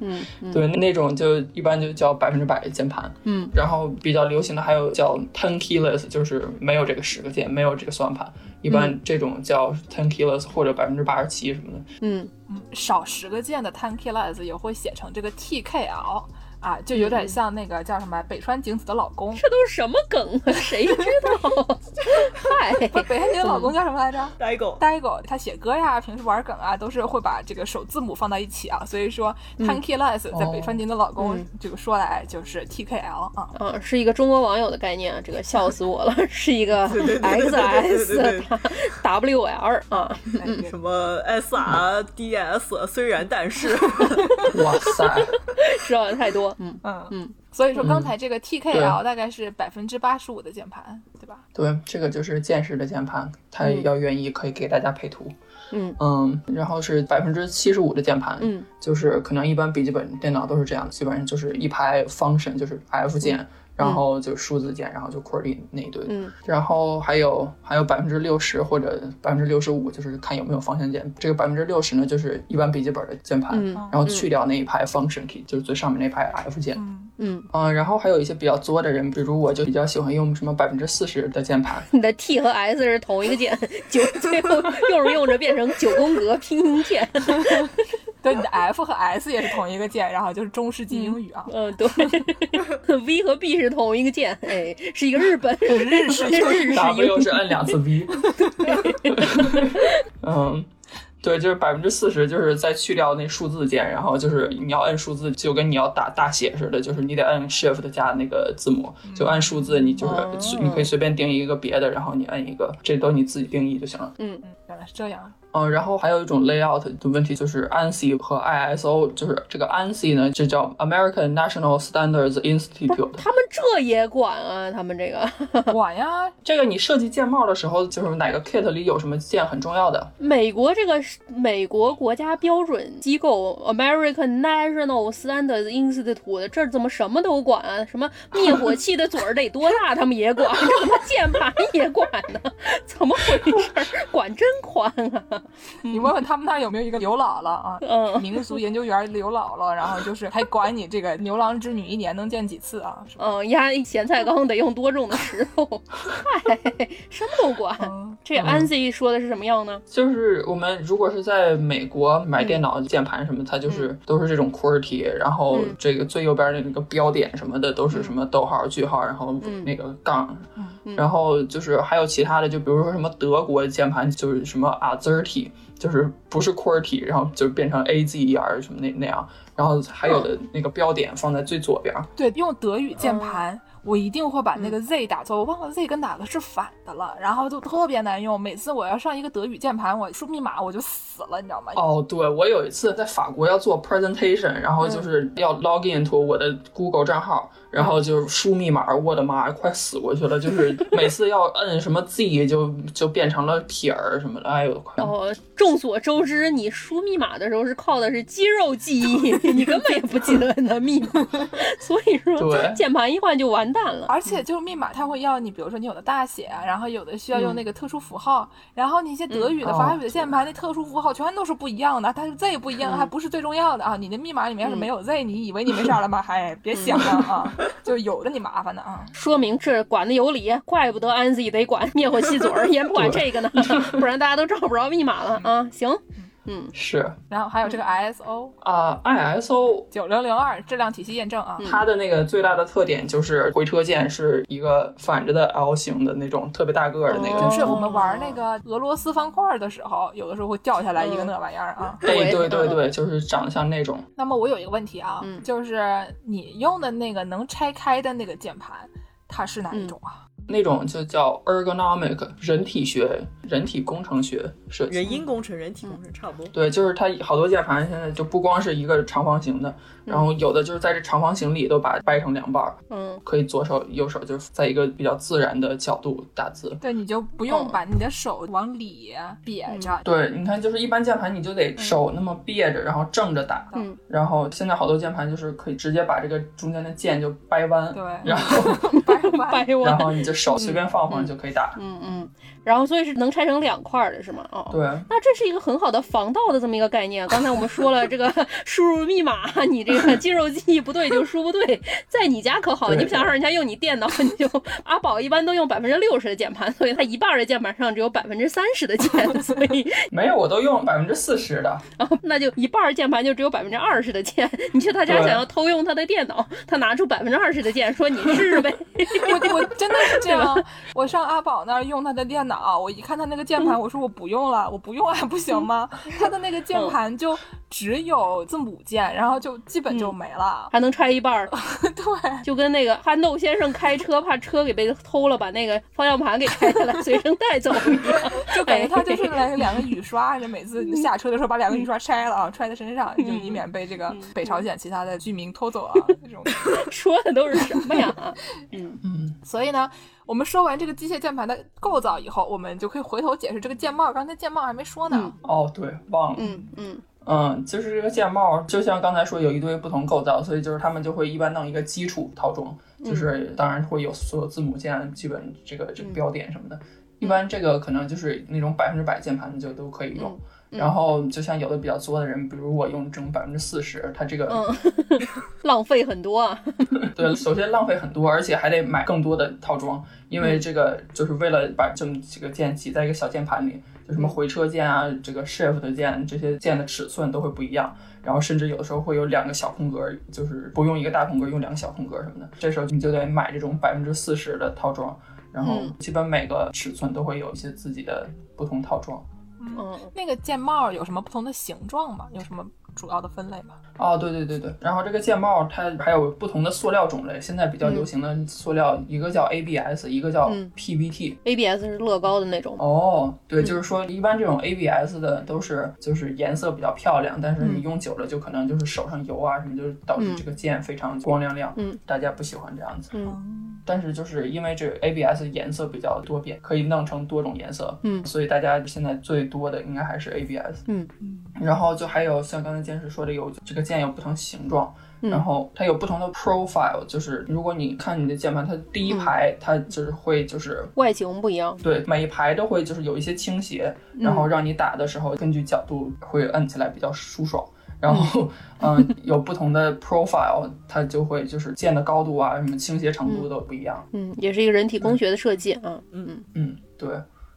嗯嗯
对，那种就一般就叫百分之百键盘。
嗯，
然后比较流行的还有叫 ten keyless，就是没有这个十个键，没有这个算盘。
嗯
一般这种叫 ten keyless 或者百分之八十七什么的。
嗯，
少十个键的 Ten K Less 也会写成这个 T K L 啊，就有点像那个叫什么北川景子的老公，
这嗯都是什么梗啊？谁知道？
不是
嗨，
北川景子老
嗯
公叫什么来着？
呆狗。
呆狗他写歌呀，平时玩梗啊，都是会把这个首字母放到一起啊，所以说 t a n k y Less 在北川金的老公
嗯
这个说来就是 TKL 啊，
啊，是一个中国网友的概念啊，这个笑死我了，是一个 X
对
S W L 啊，
哎对
什么 S R D S，虽然但是，
哇塞，
知道的太多。嗯，
嗯
嗯，
所以说刚才这个 TKL 大概是百分之八十五的键盘，对吧？
对，这个就是键式的键盘，它
嗯
要愿意可以给大家配图。
嗯
然后是百分之七十五的键盘，
嗯，
就是可能一般笔记本电脑都是这样的，基本上就是一排 function 就是 F 键，然后就数字键，然后就 QWERTY 那一堆，
嗯，
然后还有还有百分之六十或者百分之六十五，就是看有没有方向键。这个百分之六十呢，就是一般笔记本的键盘，
嗯
然后去掉那一排 function key，就是最上面那一排 F 键，
嗯，
嗯，然后还有一些比较作的人，比如我就比较喜欢用什么百分之四十的键盘，
你的 T 和 S 是同一个键，九 最后用着用着变成九宫格拼音键。
对，你的 F 和 S 也是同一个键，然后就是中世纪英语啊，
嗯，对，V 和 B 是同一个键，哎，是一个日本日式日式
W
英
是摁两次 V。嗯，对，就是百分之四十，就是再去掉那数字键，然后就是你要摁数字，就跟你要打大写似的，就是你得摁 Shift 加那个字母，就按数字，你就是、
哦
随你可以随便定义一个别的，然后你摁一个，这都你自己定义就行了。
原来是这样，
嗯，然后还有一种 layout 的问题就是 ANSI 和 ISO，就是这个 ANSI 呢，就叫 American National Standards Institute。
他们这也管啊，他们这个
管 呀，
嗯
这个你设计键帽的时候，就是哪个 kit 里有什么键很重要的，
美国这个是美国国家标准机构 American National Standards Institute，这怎么什么都管啊？什么灭火器的嘴儿得多大，他们也管，这怎么键盘也管呢？怎么回事儿？管真宽啊！
你问问他们那儿有没有一个刘姥姥啊？
嗯
民俗研究员刘姥姥，然后就是还管你这个牛郎织女一年能见几次啊？是吧？
嗯，压一咸菜缸得用多重的石头，嗨、什么都管。
嗯
这 Anzi 说的是什么样呢？
就是我们如果是在美国买电脑键盘什么，它就是都是这种 QWERTY，然后
嗯
这个最右边的那个标点什么的都是什么逗号、句号，然后
嗯
那个杠。
嗯
然后就是还有其他的，就比如说什么德国键盘，就是什么 AZERTY，就是不是 QWERTY，然后就变成 AZER 什么那那样。然后还有
嗯
的那个标点放在最左边，
对，用德语键盘，我一定会把那个 Z 打错，我忘了 Z 跟哪个是反的了，然后就特别难用。每次我要上一个德语键盘，我输密码我就死了，你知道吗？
哦，对，我有一次在法国要做 presentation，然后就是要 log into 我的 Google 账号，然后就是输密码，我的妈呀，快死过去了！就是每次要摁什么 Z 就就变成了撇儿什么的，哎呦，快！
哦，众所周知，你输密码的时候是靠的是肌肉记忆，你根本也不记得你的密码，所以说
对
键盘一换就完蛋了。
而且就是密码，它会要你，比如说你有的大写啊，然后有的需要用那个特殊符号，然后你一些德语的、
嗯
法
哦
语的键盘，那特殊符号全都是不一样的，它是 Z 不一样，还不是最重要的啊。你的密码里面要是没有 Z，你以为你没事儿了吗？ 嗨，别想了啊，就有着你麻烦的啊。
说明这管的有理，怪不得安 Z 得管灭火器嘴儿，也不管这个呢， 不然大家都找不着密码了啊。行，嗯，
是
然后还有这个 ISO
啊、i s o
九零零二质量体系验证啊，
它的那个最大的特点就是回车键是一个反着的 L 型的那种特别大个儿的那个。
哦就是我们
哦
玩那个俄罗斯方块的时候，有的时候会掉下来一个那玩意儿啊。
哎，对对
嗯
对，就是长得像那种。
那么我有一个问题啊，
嗯
就是你用的那个能拆开的那个键盘，它是
嗯
哪一种啊？
那种就叫 ergonomic 人体学、人体工程学设计。
人因工程、人体工程差不 多。
对，就是它好多键盘现在就不光是一个长方形
嗯
的，然后有的就是在这长方形里都把它掰成两半儿，
嗯，
可以左手右手就是在一个比较自然的角度打字。
对，你就不
哦
用把你的手往里瘪着。
嗯
对，你看，就是一般键盘你就得手那么别着，然后正着打。
嗯。
然后现在好多键盘就是可以直接把这个中间的键就掰弯，
对
然 后
掰弯。
掰
然
弯，
后你就手随便放放就可以打。
嗯嗯，然后所以是能拆成两块儿的是吗？哦，
对，
那这是一个很好的防盗的这么一个概念。刚才我们说了，这个 输入密码，你这个肌肉记忆不对就输不对。在你家可好，
对
你不想让人家用你电脑，你就阿宝一般都用百分之六十的键盘，所以他一半儿的键盘上只有百分之三十的键，所以
没有，我都用百分之四十的。
那就一半儿键盘就只有百分之二十的键。你去他家
对
想要偷用他的电脑，他拿出百分之二十的键说你试试呗。
我我真的是这样，我上阿宝那儿用他的电脑，我一看他那个键盘，我说我不用了，我不用还不行吗？他的那个键盘就只有字母键，然后就基本就没了。
还能拆一半儿，
对，
就跟那个憨豆先生开车怕车给被偷了，把那个方向盘给拆下来随身带走一样。 哎
就感觉他就是来两个雨刷，就每次下车的时候把两个雨刷拆了啊，揣在身上，就以免被这个北朝鲜其他的居民偷走啊这种。
说的都是什么呀？ 嗯，
嗯，
所以呢，我们说完这个机械键盘的构造以后，我们就可以回头解释这个键帽。刚才键帽还没说呢，
哦，对，忘了。
嗯嗯
嗯，就是这个键帽，就像刚才说有一堆不同构造，所以就是他们就会一般弄一个基础套装，就是
嗯
当然会有所有字母键、基本这个这个标点什
嗯
么的。一般这个可能就是那种百分之百键盘就都可以用。
嗯
然后就像有的比较作的人，比如我用这种百分之四十，它这个、
嗯，浪费很多啊。
对，首先浪费很多，而且还得买更多的套装，因为
嗯
这个就是为了把这么几个键挤在一个小键盘里，就什么回车键啊、这个 shift 键这些键的尺寸都会不一样，然后甚至有的时候会有两个小空格，就是不用一个大空格，用两个小空格什么的，这时候你就得买这种百分之四十的套装，然后
嗯
基本每个尺寸都会有一些自己的不同套装。
嗯
那个键帽有什么不同的形状吗？有什么主要的分类吗？
哦，对对对对，然后这个键帽它还有不同的塑料种类，现在比较流行的塑料，一个叫 ABS，一个叫
嗯
PBT。
，ABS 是乐高的那种。
哦，
嗯
对，就是说一般这种 ABS 的都是就是颜色比较漂亮，但是
嗯
你用久了就可能就是手上油啊什么，就是导致这个键非常光亮亮，
嗯，
大家不喜欢这样子。
嗯
但是就是因为这个 ABS 颜色比较多变，可以弄成多种颜色，
嗯
所以大家现在最多的应该还是 ABS，
嗯
然后就还有像刚才监视说的有这个键有不同形状。
嗯
然后它有不同的 profile，就是如果你看你的键盘，它第
嗯
一排它就是会就是
外形不一样。
对，每一排都会就是有一些倾斜，然后让你打的时候根据角度会摁起来比较舒爽。然后， 嗯，有不同的 profile，它就会就是键的高度啊，什么倾斜程度都不一样。
嗯，也是一个人体工学的设计啊。
嗯，对。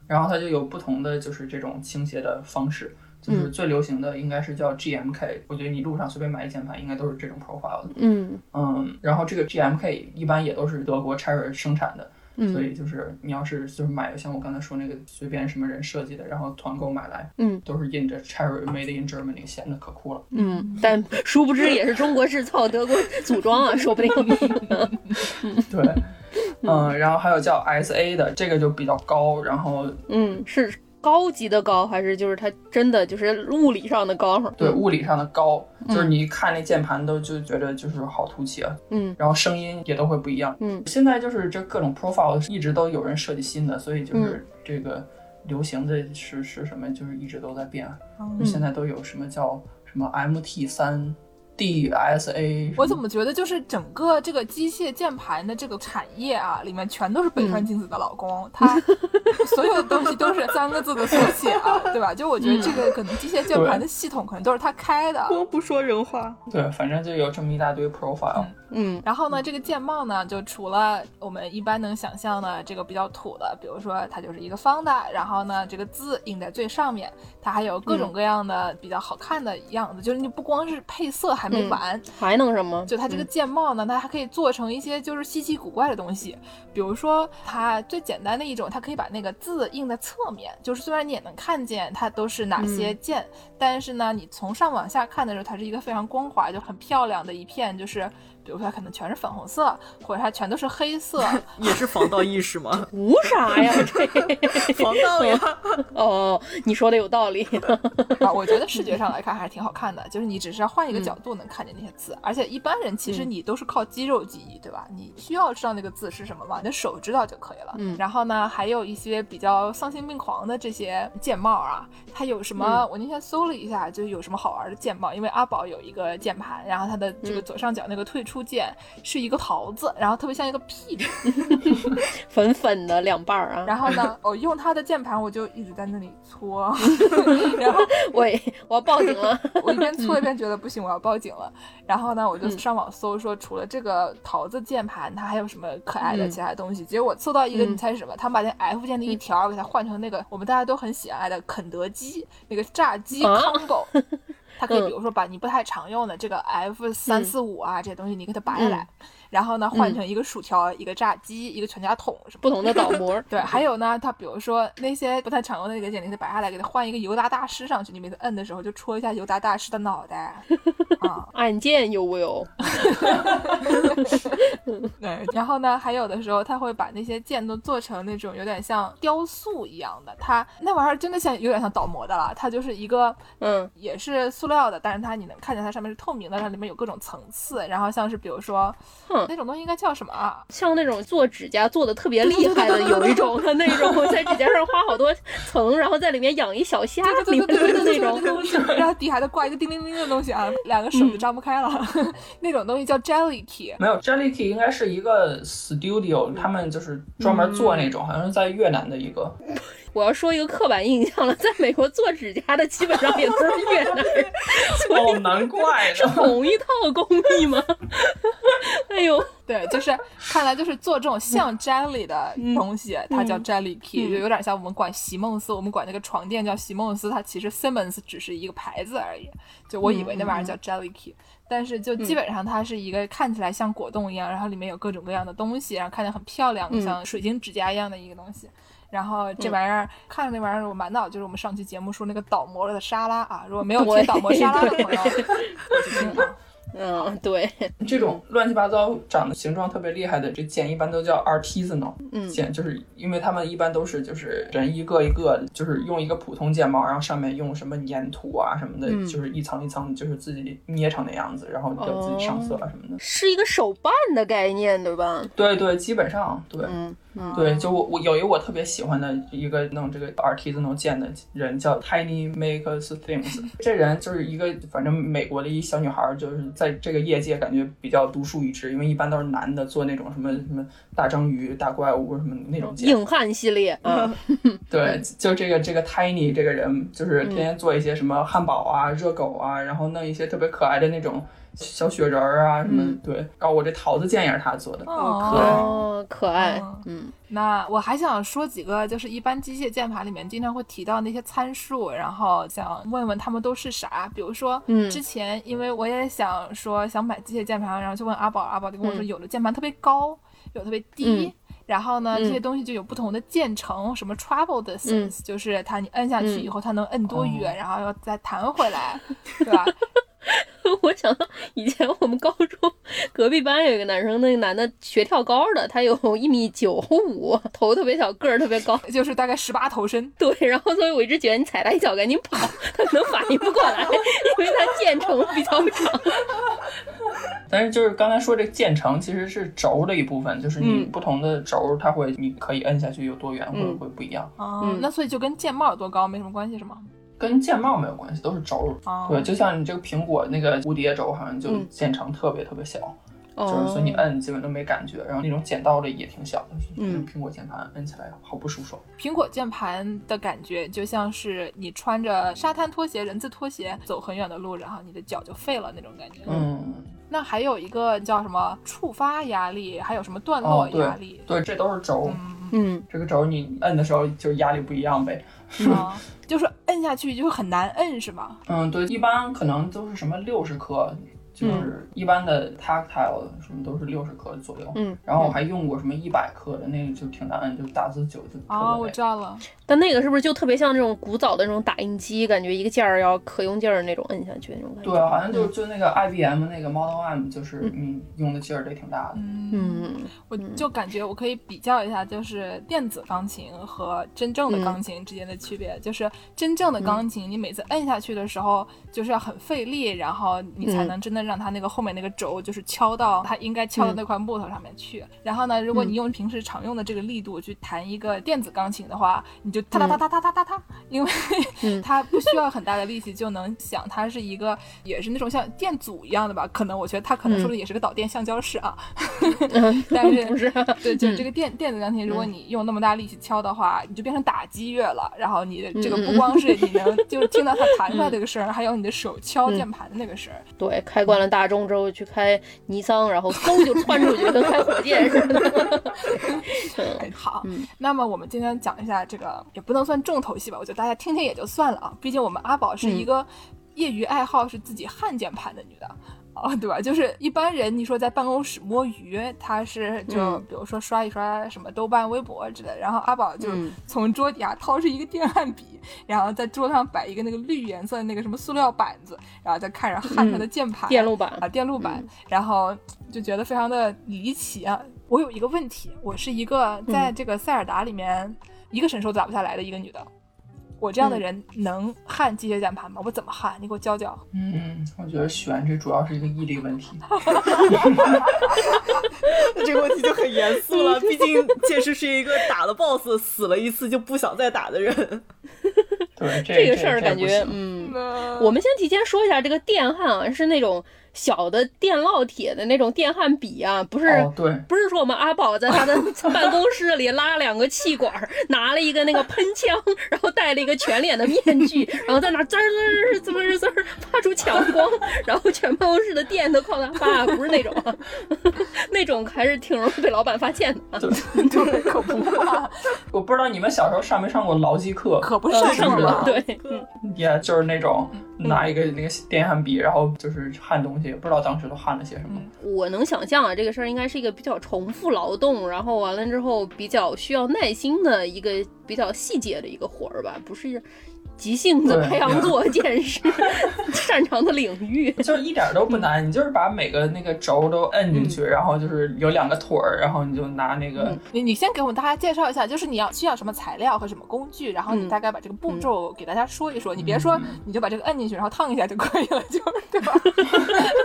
然后它就有不同的就是这种倾斜的方式，就是最流行的应该是叫 GMK，我觉得你路上随便买一键盘应该都是这种 profile 的。
嗯
嗯，然后这个 GMK 一般也都是德国 Cherry 生产的，所
嗯
以就是你要是就是买像我刚才说那个随便什么人设计的，然后团购买来，
嗯，
都是印着 Cherry Made in Germany，显得可酷了。
嗯，但殊不知也是中国制造，德国组装啊，说不定。
对，嗯，然后还有叫 SA 的，这个就比较高，然后
嗯，是高级的高，还是就是它真的就是物理上的高？
对物理上的高，就是你一看那键盘都就觉得就是好凸起啊，
嗯
然后声音也都会不一样。
嗯，
现在就是这各种 profile 一直都有人设计新的，所以
嗯
就是这个流行的是是什么，就是一直都在变。啊现在都有什么叫什么 MT 三 DSA，
我怎么觉得就是整个这个机械键盘的这个产业啊，里面全都是北川景子的老公，她所有的东西都是三个字的缩写啊，对吧？就我觉得这个可能机械键盘的系统可能都是她开的。
光不说人话，
对，反正就有这么一大堆 profile，
嗯
然后呢，这个键帽呢，就除了我们一般能想象的这个比较土的，比如说它就是一个方的，然后呢，这个字印在最上面，它还有各种各样的比较好看的样子，就是你不光是配色还没
嗯
完，
还能什么？
就它这个
嗯？
键帽呢，它还可以做成一些就是稀奇古怪的东西，比如说它最简单的一种，它可以把那个字印在侧面，就是虽然你也能看见它都是哪些键，但是呢，你从上往下看的时候，它是一个非常光滑就很漂亮的一片，就是比如说它可能全是粉红色，或者它全都是黑色，
也是防盗意识吗
无啥哎呀， 这
防盗呀，
哦，你说的有道理。
啊，我觉得视觉上来看还是挺好看的，就是你只是要换一个角度能看见那些字，而且一般人其实你都是靠肌肉记忆，对吧？你需要知道那个字是什么嘛，你的手知道就可以了。
嗯
然后呢，还有一些比较丧心病狂的这些键帽啊，它有什么？我那天搜了一下，就是有什么好玩的键帽，因为阿宝有一个键盘，然后它的这个左上角那个退出键是一个桃子，然后特别像一个屁股，
粉粉的两半儿啊。
然后呢，我用它的键盘我就一直在那里搓， 然后。
我也我要报警了。
我一边
嗯
搓一边觉得不行，我要报警了。然后呢，我就上网搜说，除了这个桃子键盘，它还有什么可爱的
嗯
其他东西？结果搜到一个，
嗯
你猜是什么？他们把那 F 键的一条给它换成那个我们大家都很喜爱的肯德基那个炸鸡
啊
combo。它 可以
嗯
比如说把你不太常用的这个 F 三四五啊这些东西，你给它拔下来，
嗯
然后呢换成一个薯条、一个炸鸡、一个全家桶什么。
不同的倒模儿
对，还有呢，它比如说那些不太常用的那个键，你给它摆下来，给它换一个尤达大师上去，你每次摁的时候就戳一下尤达大师的脑袋啊、
按键有木有？
对，然后呢，还有的时候它会把那些键都做成那种有点像雕塑一样的，它那玩意儿真的像有点像倒模的了，它就是一个
嗯
也是塑料的，但是它你能看见它上面是透明的，它里面有各种层次，然后像是比如说
哼
那种东西应该叫什么啊？
像那种做指甲做的特别厉害的，有一种的那种，在指甲上花好多层，然后在里面养一小虾里面的那种。
东西，然后底还得挂一个叮叮叮的东西啊，两个手就张不开了，那种东西叫 jelly key。
没有 Jelly Key 应该是一个 studio，他们就是专门做那种，好像是在越南的一个，
我要说一个刻板印象了，在美国做指甲的基本上也都是越南人，
哦，难怪
是
呢。
同一套工艺吗？哎呦，
对， 就是看来就是做这种
嗯
像 jelly 的东西，它叫 jelly key，、就有点像我们管席梦思，我们管那个床垫叫席梦思，它其实 Simmons 只是一个牌子而已。就我以
嗯
为那玩意儿叫 jelly key，、但是就基本上它是一个看起来像果冻一样，然后里面有各种各样的东西，然后看起来很漂亮，
嗯
像水晶指甲一样的一个东西。然后这玩意儿、看着那玩意儿，我满脑就是我们上期节目说那个倒模的沙拉啊，如果没有听
对
倒模沙拉的朋友，我去听啊。
嗯，对，
这种乱七八糟长得形状特别厉害的这剑，一般都叫 artisanal
嗯
剑，就是因为他们一般都是就是人一个一个，就是用一个普通键帽，然后上面用什么粘土啊什么的，
嗯
就是一层一层，就是自己捏成那样子，然后就自己上色啊什么的。
是一个手办的概念，对吧？
对对，基本上对。
嗯嗯
对，就我我有一个我特别喜欢的一个弄这个 artisanal 剑的人叫 Tiny Makers Things，这人就是一个反正美国的一小女孩儿，就是在这个业界感觉比较独树一帜，因为一般都是男的做那种什么什么大章鱼、大怪物什么那种剑。
硬汉系列， 嗯
啊
嗯
对，就这个这个 Tiny 这个人，就是天天做一些什么汉堡啊、热狗啊，然后弄一些特别可爱的那种小雪人儿啊什么。
嗯
对，然后我这桃子剑也是他做的。
哦
哦，可爱
嗯，
嗯
那我还想说几个，就是一般机械键盘里面经常会提到那些参数，然后想问问他们都是啥。比如说，
嗯
之前因为我也想说想买机械键盘，然后就问阿宝，阿宝就跟我说
嗯
有的键盘特别高，有的特别低。然后呢，
嗯
这些东西就有不同的渐程，什么 travel distance，、就是它你摁下
嗯
去以后，它能摁多远，
哦
然后要再弹回来，对 吧？
我想到以前我们高中隔壁班有一个男生，那个男的学跳高的，他有一米九五， 头特别小，个儿特别高。
就是大概十八头身。
对，然后所以我一直觉得你踩他一脚赶紧跑，他可能反应不过来，因为他溅成比较长。
但是就是刚才说这个渐程其实是轴的一部分，就是你
嗯
不同的轴，它会你可以摁下去有多远，会
嗯
会不一样。
哦、
嗯
那所以就跟键帽有多高没什么关系，是吗？
跟键帽没有关系，都是轴。
哦
对，就像你这个苹果那个蝴蝶轴，好像就
嗯
键程特别特别小， 就是
哦
所以你摁基本都没感觉。然后那种剪刀的也挺小的，就是
嗯
苹果键盘摁起来好不舒爽。
苹果键盘的感觉就像是你穿着沙滩拖鞋、人字拖鞋走很远的路，然后你的脚就废了那种感觉。
嗯，
那还有一个叫什么触发压力，还有什么段落
哦，对
压力？
对，这都是轴。
嗯，
嗯
这个轴你摁的时候就是压力不一样呗。
啊， 就是摁下去就很难摁，是吧？
嗯，对，一般可能都是什么六十克，就是一般的 tactile 什么都是六十克左右。
嗯，
然后我还用过什么一百克的，那个就挺难摁，就打字久就特别累。
啊，我知道了。
但那个是不是就特别像那种古早的那种打印机，感觉一个键儿要可用劲儿那种摁下去那种感觉？
对，啊好像就就那个 IBM 那个 Model M，就是你用的劲儿得挺大的。
嗯，
嗯，
我就感觉我可以比较一下，就是电子钢琴和真正
嗯
的钢琴之间的区别。就是真正的钢琴，你每次摁下去的时候，就是要很费力，然后你才
嗯
能真的让它那个后面那个轴就是敲到它应该
嗯
敲的那块木头上面去。然后呢，如果你用平时常用的这个力度去弹一个电子钢琴的话，你就哒哒哒哒哒哒哒哒，因为
嗯
它不需要很大的力气就能想它是一个也是那种像电阻一样的吧？可能我觉得它可能说的也是个导电橡胶式啊。但是
嗯 不是
对，就这
嗯
个电电子钢琴，如果
嗯
你用那么大力气敲的话，你就变成打击乐了。然后你的这个
嗯
不光是你能就是听到它弹出来这个声儿，还有你的手
嗯
敲键盘的那个声儿。
对，开惯了大众之后去开尼桑，然后嗖就窜出去，跟开火箭似的。
哎，好
嗯，
那么我们今天讲一下这个，也不能算重头戏吧，我觉得大家听听也就算了啊。毕竟我们阿宝是
嗯
一个业余爱好是自己焊键盘的女的。哦，对吧？就是一般人，你说在办公室摸鱼，他是就
嗯
比如说刷一刷什么豆瓣、微博之类的。然后阿宝就
嗯
从桌底下掏出一个电焊笔，然后在桌上摆一个那个绿颜色的那个什么塑料板子，然后再看着焊他的键盘、
嗯电路板
哎
嗯
啊，电路板，然后就觉得非常的离奇啊。我有一个问题，我是一个
嗯
在这个塞尔达里面一个神兽都打不下来的一个女的，我这样的
嗯
人能焊机械键盘吗？我怎么焊？你给我教教。
嗯，我觉得选这主要是一个毅力问题。
这个问题就很严肃了，毕竟剑师是一个打了 BOSS 死了一次就不想再打的人。
对，
这
这这
个事儿感
不
觉，
行
嗯，
我
我们先提前说一下，这个电焊啊是那种小的电烙铁的那种电焊笔啊，不是、
哦，对，
不是说我们阿宝在他的办公室里拉两个气管儿，拿了一个那个喷枪，然后戴了一个全脸的面具，然后在那滋儿滋儿滋儿滋儿滋儿发出强光，然后全办公室的电都靠他发，不是那种 啊，那种还是挺容易被老板发现的啊。
对，可不嘛，
我不知道你们小时候上没上过劳技课，
可
呃
不
啊
上
上
过
过
嘛。
对，
也就是那种拿一个那个电焊笔，然后就是焊东西，也不知道当时都焊了些什么。
我能想象啊，这个事儿应该是一个比较重复劳动，然后完了之后比较需要耐心的一个比较细节的一个活儿吧，不是急性子
对
培养自我见识 擅长的领域。
就是一点都不难，你就是把每个那个轴都摁进
嗯
去，然后就是有两个腿儿，然后你就拿那个，
你你先给我们大家介绍一下，就是你要需要什么材料和什么工具，然后你
嗯
大概把这个步骤给大家说一说。你别说你就把这个摁进去，然后烫一下就可以了， 就是对吧？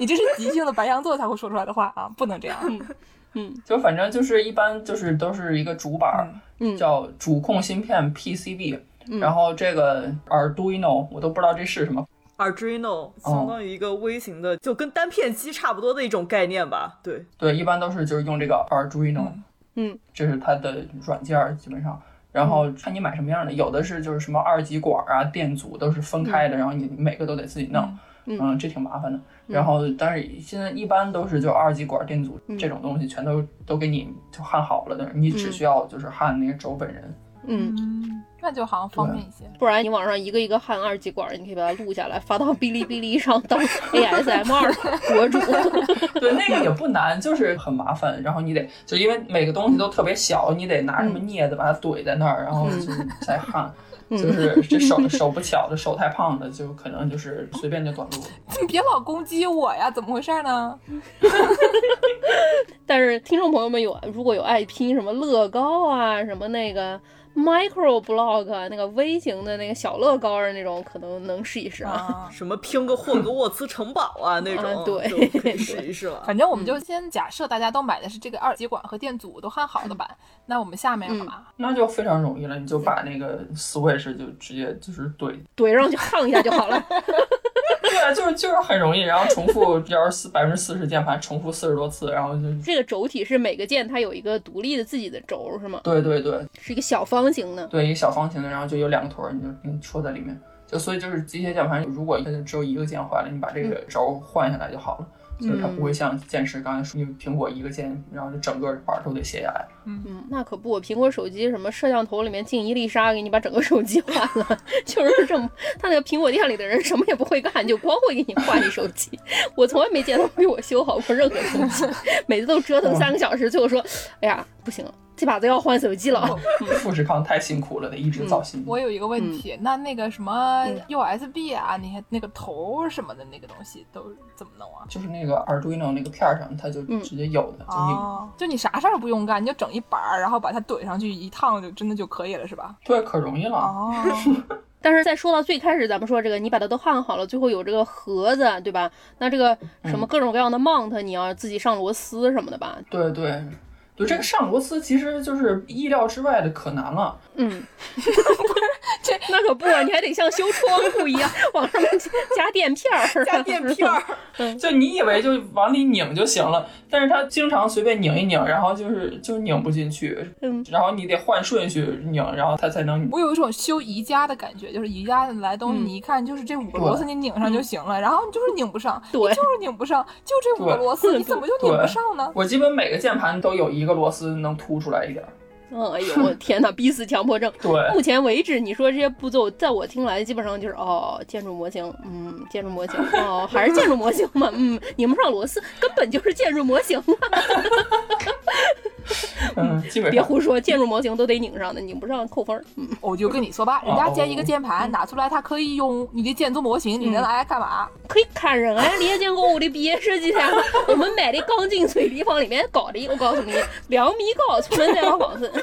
你这是急性的白羊座才会说出来的话啊，不能这样。
就反正就是一般就是都是一个主板儿，
嗯
叫主控芯片 PCB，、然后这个 Arduino 我都不知道这是什么，
Arduino 相当于一个微型的，就跟单片机差不多的一种概念吧。对，
对，一般都是就是用这个 Arduino，
嗯，
这是它的软件儿基本上。然后看你买什么样的，有的是就是什么二极管啊、电阻都是分开的，然后你每个都得自己弄，
嗯
这挺麻烦的。然后但是现在一般都是就二极管、电阻
嗯
这种东西全都都给你就焊好了的，你只需要就是焊那个轴本人。
嗯，
那就好像方便一些。
不然你网上一个一个焊二极管，你可以把它录下来，发到哔哩哔哩上当 ASMR 博主。
对，那个也不难，就是很麻烦。然后你得，就因为每个东西都特别小，你得拿什么镊子把它怼在那儿，然后就再焊。 就是这手手不巧的，手太胖了，就可能就是随便就短路了。
你别老攻击我呀，怎么回事呢？
但是听众朋友们有如果有爱拼什么乐高啊，什么那个 micro blog 啊，那个微型的那个小乐高啊那种，可能能试一试啊。
啊，
什么拼个霍格沃茨城堡啊那种，
啊对
就可以试 一试了。
反
嗯
正我们就先假设大家都买的是这个二极管和电阻都焊
嗯
好的版，那我们下面要干嘛？
那就非常容易了，你就把那个 Switch 就直接就是怼，
怼上去烫一下就好了。
对啊，就是就是很容易，然后重复幺十四百分之四十键盘重复四十多次，然后就
这个轴体是每个键它有一个独立的自己的轴是吗？
对对对
是一个小方形的。
对，一个小方形的，然后就有两个头儿，你就你戳在里面，就所以就是机械键盘，如果它就只有一个键坏了，你把这个轴换下来就好了。
嗯
就是它不会像键石刚才说，因为苹果一个键，然后就整个板儿都得卸下来。
嗯，那可不，我苹果手机什么摄像头里面静一丽莎给你把整个手机换了， 就是这么。他那个苹果店里的人什么也不会干，就光会给你换你手机。 我从来没见他为我修好过任何东西， 每次都折腾三个小时，最后说，哎呀，不行了，这把子要换手机了。
嗯
富士康太辛苦了，得一直造新。
我有一个问题，那那个什么
嗯
USB 啊，你看那个头儿什么的那个东西都怎么弄啊？
就是那个 Arduino 那个片儿上，它就
嗯
直接有的，就你
哦，就你啥事儿不用干，你就整一板儿，然后把它怼上去一烫，就真的就可以了，是吧？
对，可容易了。
哦，
但是再说到最开始咱们说这个，你把它都焊好了，最后有这个盒子，对吧？那这个什么各种各样的 mount，你要自己上螺丝什么的吧？
对对对，这个上螺丝其实就是意料之外的，可难了。
嗯，这那可不啊，你还得像修窗户一 样往上面加垫片儿，
加垫片儿，
就你以为就往里拧就行了，但是它经常随便拧一拧，然后就是就拧不进去，
嗯
然后你得换顺序拧，然后它才能。
我有一种修宜家的感觉，就是宜家的来东西，
嗯
你一看就是这五个螺丝你拧
嗯
上就行了，然后你就是拧不 上，你
对
就是拧不上，就这五个
对
螺丝，你怎么就拧不上 呢？
我基本每个键盘都有一个螺丝能凸出来一点儿。
嗯，哎呦，我天哪，逼死强迫症。
对，
目前为止，你说这些步骤，在我听来基本上就是哦，建筑模型，嗯，建筑模型，哦，还是建筑模型嘛，嗯，拧不上螺丝，根本就是建筑模型啊！
嗯，基本
别
上。
胡说，建筑模型都得拧上的，拧不上扣分儿。嗯，
我就跟你说吧，人
哦
家建一个键
嗯
盘拿出来，它可以用你的建筑模型，你能拿来干嘛？
可以砍人啊！李建国，我的毕业设计噻，我们买的钢筋水泥往里面搞的，我告诉你，两米高，出门再把 房子。
嗯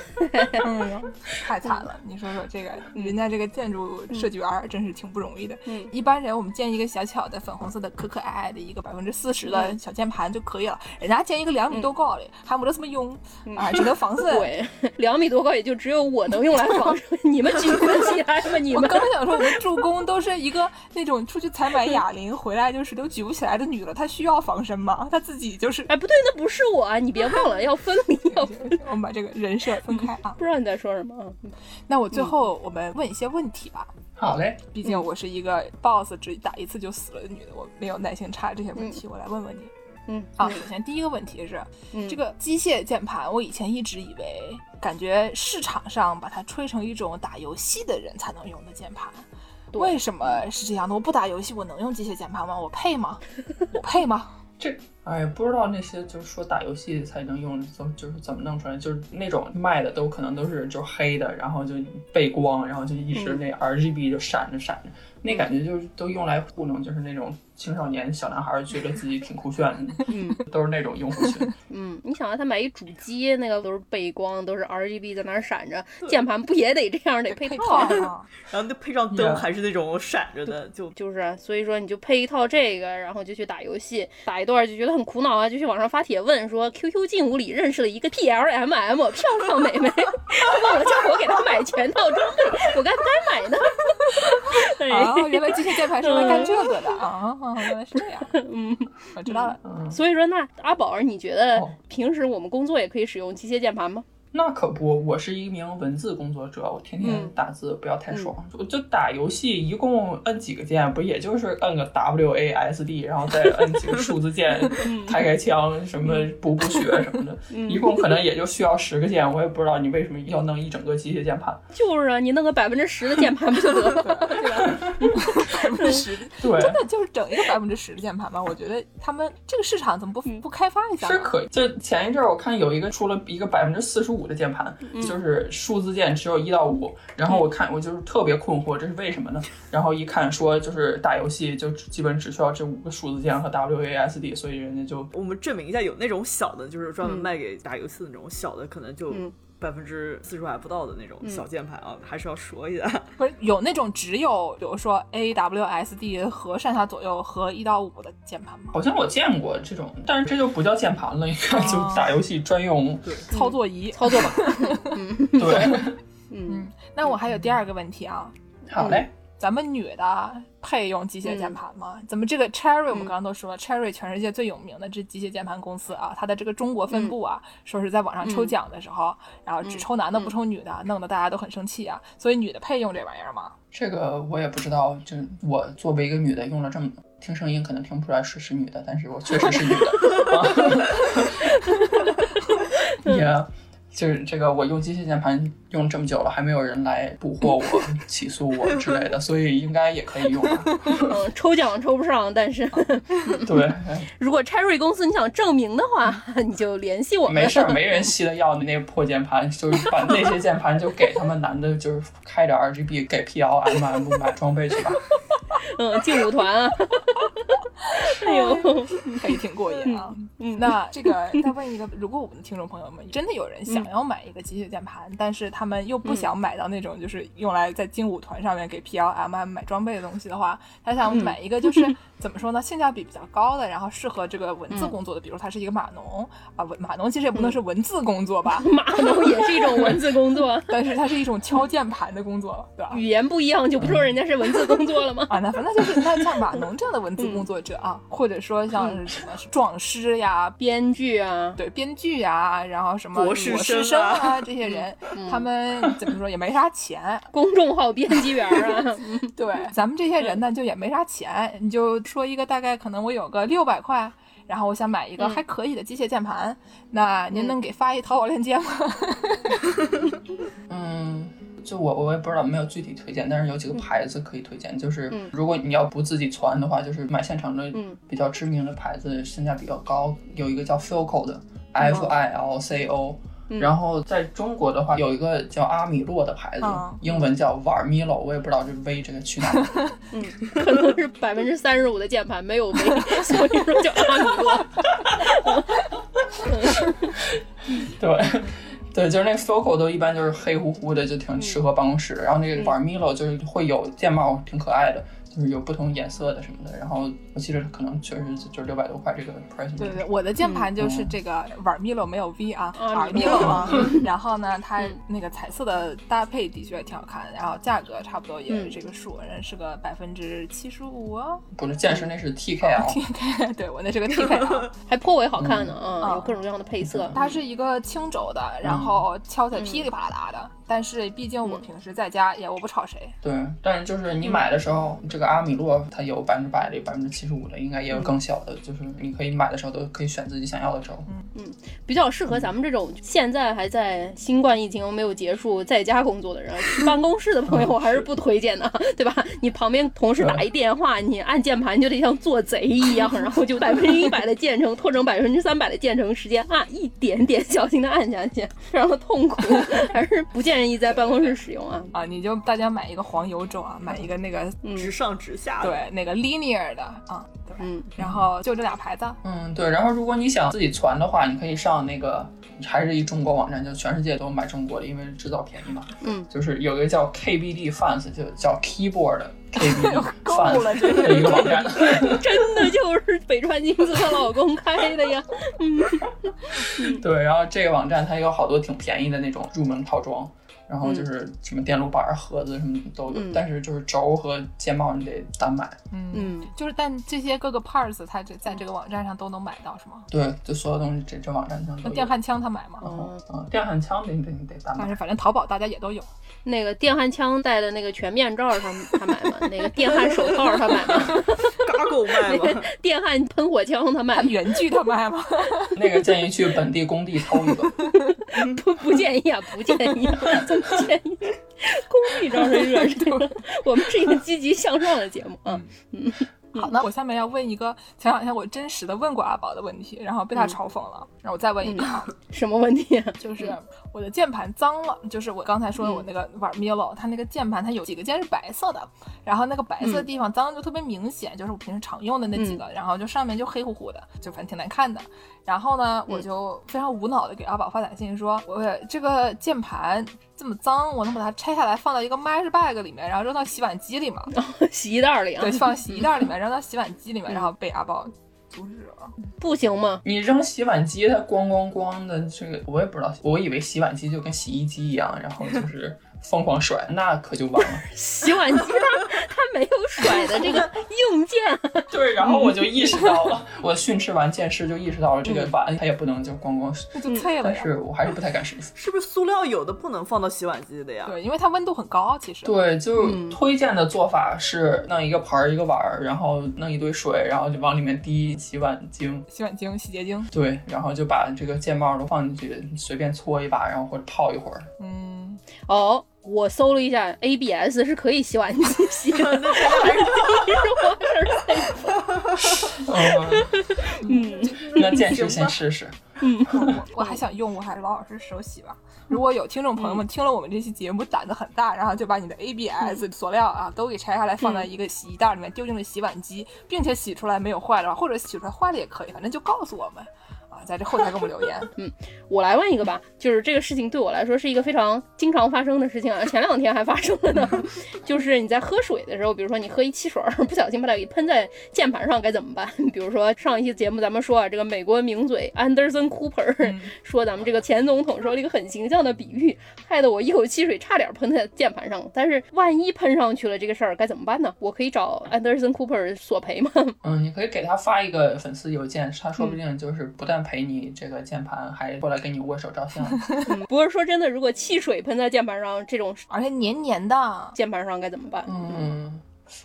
太惨
嗯
了！你说说这个，人家这个建筑设计员儿真是挺不容易的。
嗯
一般人我们建一个小巧的粉红色的可可爱爱的一个百分之四十的小键盘就可以了，人家建一个两米多高的，还没得什么用啊，只能防渗。
嗯 对，两米多高也就只有我能用来防身， 你们举不起来吧？你
我
们
刚想说，我们助攻都是一个那种出去采买哑铃回来就是都举不起来的女的，她需要防身吗？她自己就是，
哎，不对，那不是我啊！你别忘了要分离， 要分
我们把这个人设分开啊。
不知道你在说什么啊？嗯
那我最后我们问一些问题吧，
好嘞，
毕竟
嗯
我是一个 boss 只打一次就死了的女的，我没有耐心查这些问题，我来问问你
嗯
啊。首先第一个问题是，
嗯
这个机械键盘，我以前一直以为，感觉市场上把它吹成一种打游戏的人才能用的键盘。
对
为什么是这样的？我不打游戏，我能用机械键盘吗？我配吗？我配吗？
这哎，不知道那些就是说打游戏才能用，怎么就是怎么弄出来，就是那种卖的都可能都是就是黑的，然后就背光，然后就一
嗯
直那 RGB 就闪着闪着，那感觉就是都用来糊弄，就是那种青少年小男孩觉得自己挺酷炫的，
嗯
都是那种用户群。
嗯，你想啊，他买一主机，那个都是背光，都是 RGB 在那儿闪着，键盘不也得这 样，得配
配
套
套
啊。
吗？
然后就配上
Yeah
灯还是那种闪着的，就
就是啊，所以说你就配一套这个，然后就去打游戏，打一段就觉得很苦恼啊，就去网上发帖问说，QQ 进屋里认识了一个 PLMM 漂亮美眉，问我叫我给她买全套装备，我该不该买呢？ 哎对，
啊
哦，原来机械键盘是用来干这个的啊！原来是这样，
嗯，
我 知道了。
嗯，
所以说那阿宝，你觉得
哦
平时我们工作也可以使用机械键盘吗？
那可不，我是一名文字工作者，我天天
嗯
打字不要太爽。我就打游戏，一共摁几个键，不也就是摁个 W A S D，然后再摁几个数字 键，
嗯
开开枪，什么补补血什么的，一共可能也就需要十个键。我也不知道你为什么要弄一整个机械键盘。
就是啊，你弄个百分之十的键盘不就得了吗？ 对吧？
百分之十，
对，
真的就是整一个百分之十的键盘吧？我觉得他们这个市场怎么不不开发一下呢？
嗯是可以。就前一阵儿我看有一个出了一个百分之四十五的键盘，就是数字键只有一到五，然后我看我就是特别困惑，这是为什么呢？然后一看说就是打游戏就只基本只需要这五个数字键和 WASD，所以人家就
我们证明一下，有那种小的，就是专门卖给打游戏的那种小的，可能就
嗯
百分之四十还不到的那种小键盘啊，还是要说一下。
不是有那种只有比如说 A W S D 和上下左右和一到五的键盘吗？
好像我见过这种，但是这就不叫键盘了，应该就
哦
打游戏专用。
操作仪。
操作吧。
对，
嗯，
那我还有第二个问题啊，
好嘞，
咱们女的配用机械键盘吗？
嗯
怎么这个 Cherry 我们刚刚都说了、c h e r r y 全世界最有名的这机械键盘公司啊，它的这个中国
嗯
分部啊，说是在网上抽奖的时候，然后只抽男的
嗯
不抽女的，弄得大家都很生气啊。所以女的配用这玩意儿吗？
这个我也不知道，就我作为一个女的用了这么。听声音可能听不出来是是女的，但是我确实是女的。啊 也就是这个，我用机械键盘用这么久了，还没有人来捕获我、起诉我之类的，所以应该也可以用吧。
嗯，抽奖抽不上，但是
对，
如果 Cherry 公司你想证明的话， 你就联系我们。
没事儿，没人稀得要你那破键盘，就是把那些键盘就给他们男的，就是开着 RGB 给 PL、MM 买装备去吧。
嗯，劲舞团啊。哎 呦，嗯
可以挺过瘾啊。那这个再问一个，如果我们的听众朋友们真的有人
嗯
想要买一个机械键盘，但是他们又不想买到那种就是用来在精武团上面给 PLMM 买装备的东西的话，他
嗯
想买一个就是、怎么说呢，性价比比较高的，然后适合这个文
嗯
字工作的，比如他是一个码农啊，文码农其实也不能是文字工作 吧，
码农也是一种文字工作，
但是它是一种敲键盘的工作，对吧？
语言不一样就不说人家是文字工作了吗？
啊，那反正就是那像码农这样的文
嗯
字工作者啊，或者说像是什么壮师呀、
编剧啊，
对编剧啊，然后什么
博
博
士
生
生啊
啊这些 人，他们怎么说也没啥 钱，
公众号编辑员啊，
嗯对咱们这些人呢就也没啥钱，你就说一个大概可能我有个六百块。然后我想买一个还可以的机械键盘，那您能给发一淘宝链接吗？
嗯，就我我也不知道没有具体推荐，但是有几个牌子可以推荐。就是
嗯
如果你要不自己传的话，就是买现成的
嗯
比较知名的牌子，性价比比较高。有一个叫 Filco 的，F I L C O。
嗯
然后在中国的话，有一个叫阿米洛的牌子，
哦
嗯
英文叫瓦米洛，我也不知道这 V 这个去哪儿。
可能是百分之三十五的键盘没有围，所以说叫阿米洛。
对，对，就是那个 Foco 都一般就是黑乎乎的，就挺适合办公室。然后那个
嗯
v a r m i l o 就是会有键帽，挺可爱的，就是有不同颜色的什么的。然后我记得可能确实就就是六百多块这个 price。
对对，我的键盘就是这个玩米罗没有嗯 V 嗯啊，
啊
玩
米
米
洛
罗啊。然后呢，它那个彩色的搭配的确挺好看，然后价格差不多也是这个数，人是个百分之七十五哦。
不是健身，那是 TKL。
对我那是个 TK 啊。
还颇为好看呢
嗯
啊，有各种各样的配色。
它是一个轻轴的，然后敲起来噼里啪啦的。但是毕竟我平时在家也我不吵谁，
对，但是就是你买的时候，这个阿米洛它有百分之百的、百分之七十五的，应该也有更小的，就是你可以买的时候都可以选自己想要的轴。
比较适合咱们这种现在还在新冠疫情没有结束在家工作的人，去办公室的朋友我还是不推荐的， 对吧？你旁边同事打一电话，你按键盘就得像做贼一样，然后就百分之一百的键程拖成百分之三百的键程时间，按一点点小心的按下去，非常的痛苦， 还是不建议在办公室使用啊。
啊，你就大家买一个黄油轴啊，买一个那个
嗯
直上直下的，
对那个 linear 的啊，对，
嗯，
然后就这俩牌子，
嗯，对。然后如果你想自己传的话，你可以上那个还是一中国网站，就全世界都买中国的，因为制造便宜嘛。
嗯，
就是有一个叫 KBD Fans，就叫 Keyboard KBD
够了
Fans
真
的一个网站。
真的就是北川金子她老公开的呀。
对，然后这个网站它有好多挺便宜的那种入门套装。然后就是什么电路板儿、盒子什么都有，
嗯
但是就是轴和键帽你得单买。
嗯，
嗯，
就是但这些各个 parts 它这在这个网站上都能买到是吗？
对，就所有东西这这网站上都
那
有。
电焊枪他买吗？
然后嗯，电焊枪得你得你得单
但
买。
是反正淘宝大家也都有，
那个电焊枪戴的那个全面罩儿他他买吗？那个电焊手套儿他买吗？
嘎狗卖 吗？
电焊喷火枪他买
看
吗？
原剧他卖吗？
那个建议去本地工地偷一个。
不不建议啊，不建议、 啊，怎么建议？ 公益招人惹事，我们是一个积极向上的节目啊。
好，那我下面要问一个前两天我真实的问过阿宝的问题，然后被他嘲讽了，然后我再问一个啊，
什么问题、啊？
就是
嗯
我的键盘脏了，就是我刚才说的我那个玩 Milo，、它那个键盘它有几个键是白色的，然后那个白色的
嗯
地方脏就特别明显，就是我平时常用的那几个，然后就上面就黑乎乎的，就反正挺难看的。然后呢，
嗯
我就非常无脑的给阿宝发短信说，我这个键盘这么脏，我能把它拆下来放到一个 mesh bag 里面，然后扔到洗碗机里吗？
洗衣袋儿里啊
对，？放洗衣袋里面，扔到洗碗机里
嗯
面，然后被阿宝阻止了。
不行吗？
你扔洗碗机，它咣咣咣的，这个我也不知道。我以为洗碗机就跟洗衣机一样，然后就是疯狂甩，那可就完了。
洗碗机它它没有甩的这个硬件，
对，然后我就意识到了， 嗯我训斥完剑师就意识到了这个碗它也不能就咣咣
那就脆了
嗯但
呀。
是我还是不太敢试。
是不是塑料有的不能放到洗碗机的呀？
对，因为它温度很高，其实。
对，就推荐的做法是弄一个盆儿一个碗儿，然后弄一堆水，然后就往里面滴洗碗精。
洗碗精、洗洁精，
对，然后就把这个键帽都放进去，随便搓一把，然后或者泡一会儿。
嗯，
哦，我搜了一下，ABS 是可以洗碗机洗的，还是第一我是
嗯， 那剑师先试试。
我我还想用，我还是老老实实手洗吧。如果有听众朋友们听了我们这期节目，胆子很大，然后就把你的 ABS 佐料啊都给拆下来，放在一个洗衣袋里面，丢进了洗碗机，并且洗出来没有坏的话，或者洗出来坏了也可以，反正就告诉我们啊，在这后台给我们留言。
我来问一个吧，就是这个事情对我来说是一个非常经常发生的事情啊，前两天还发生了呢。 就是你在喝水的时候，比如说你喝一汽水儿，不小心把它给喷在键盘上，该怎么办？ 比如说上一期节目咱们说啊，这个美国名嘴 Anderson Cooper、说
嗯
嗯
咱们这个前总统说了一个很形象的比喻，害得我一口汽水差点喷在键盘上。但是万一喷上去了这个事儿该怎么办呢？我可以找 Anderson Cooper 索赔吗？
嗯，你可以给他发一个粉丝邮件，他
嗯
说不定就是不但陪你这个键盘，还过来跟你握手 照相。
嗯不过说真的，如果汽水喷在键盘上，这种
而且黏黏的，
键盘上该怎么办？
嗯，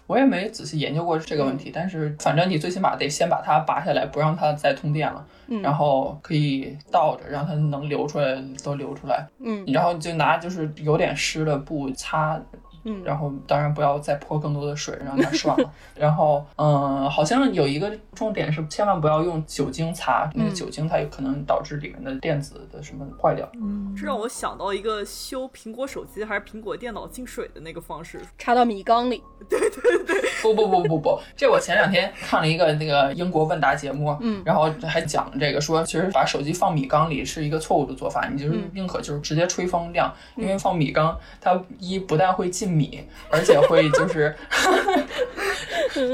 我也没仔细研究过这个问
嗯
题，但是反正你最起码得先把它拔下来，不让它再通电了，
嗯
然后可以倒着，让它能流出来都流出来，
嗯
然后你就拿就是有点湿的布擦。
嗯
然后当然不要再泼更多的水，让它涮了。然后，嗯，好像有一个重点是，千万不要用酒精擦，因为
嗯
酒精它有可能导致里面的电子的什么坏掉。
这让我想到一个修苹果手机还是苹果电脑进水的那个方式，
插到米缸里。
不不不不不，这我前两天看了一个那个英国问答节目，
嗯
然后还讲这个说，其实把手机放米缸里是一个错误的做法，你就是
嗯
宁可就是直接吹风晾，因为放米缸它一不但会进米，而且会就是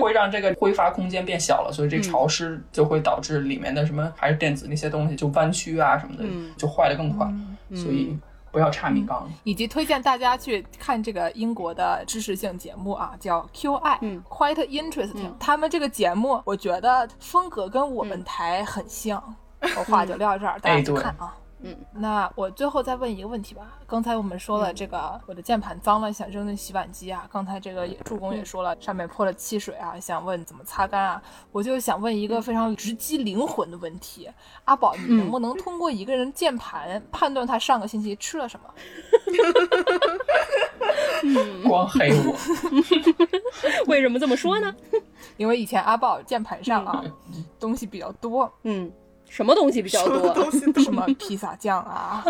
会让这个挥发空间变小了，所以
嗯
这潮湿就会导致里面的什么还是电子那些东西就弯曲啊什么的，
嗯
就坏的更快，所以不要插米缸。
以及推荐大家去看这个英国的知识性节目啊，叫 QI，、
嗯
q u i t e Interesting、
嗯
他们这个节目，我觉得风格跟我们台很像。我话就撂这儿，大家去看啊。
嗯，
那我最后再问一个问题吧。刚才我们说了这个，我的键盘脏了，想扔进洗碗机啊。刚才这个也助攻也说了，上面泼了汽水啊，想问怎么擦干啊。我就想问
嗯
一个非常直击灵魂的问题：阿宝，你能不能通过一个人键盘判断他上个星期吃了什么？
嗯
光黑我，
为什么这么 说呢？
嗯因为以前阿宝键盘上啊、东西比较多，
嗯，什么东西比较
什么
多
东？西都
什么披萨酱啊，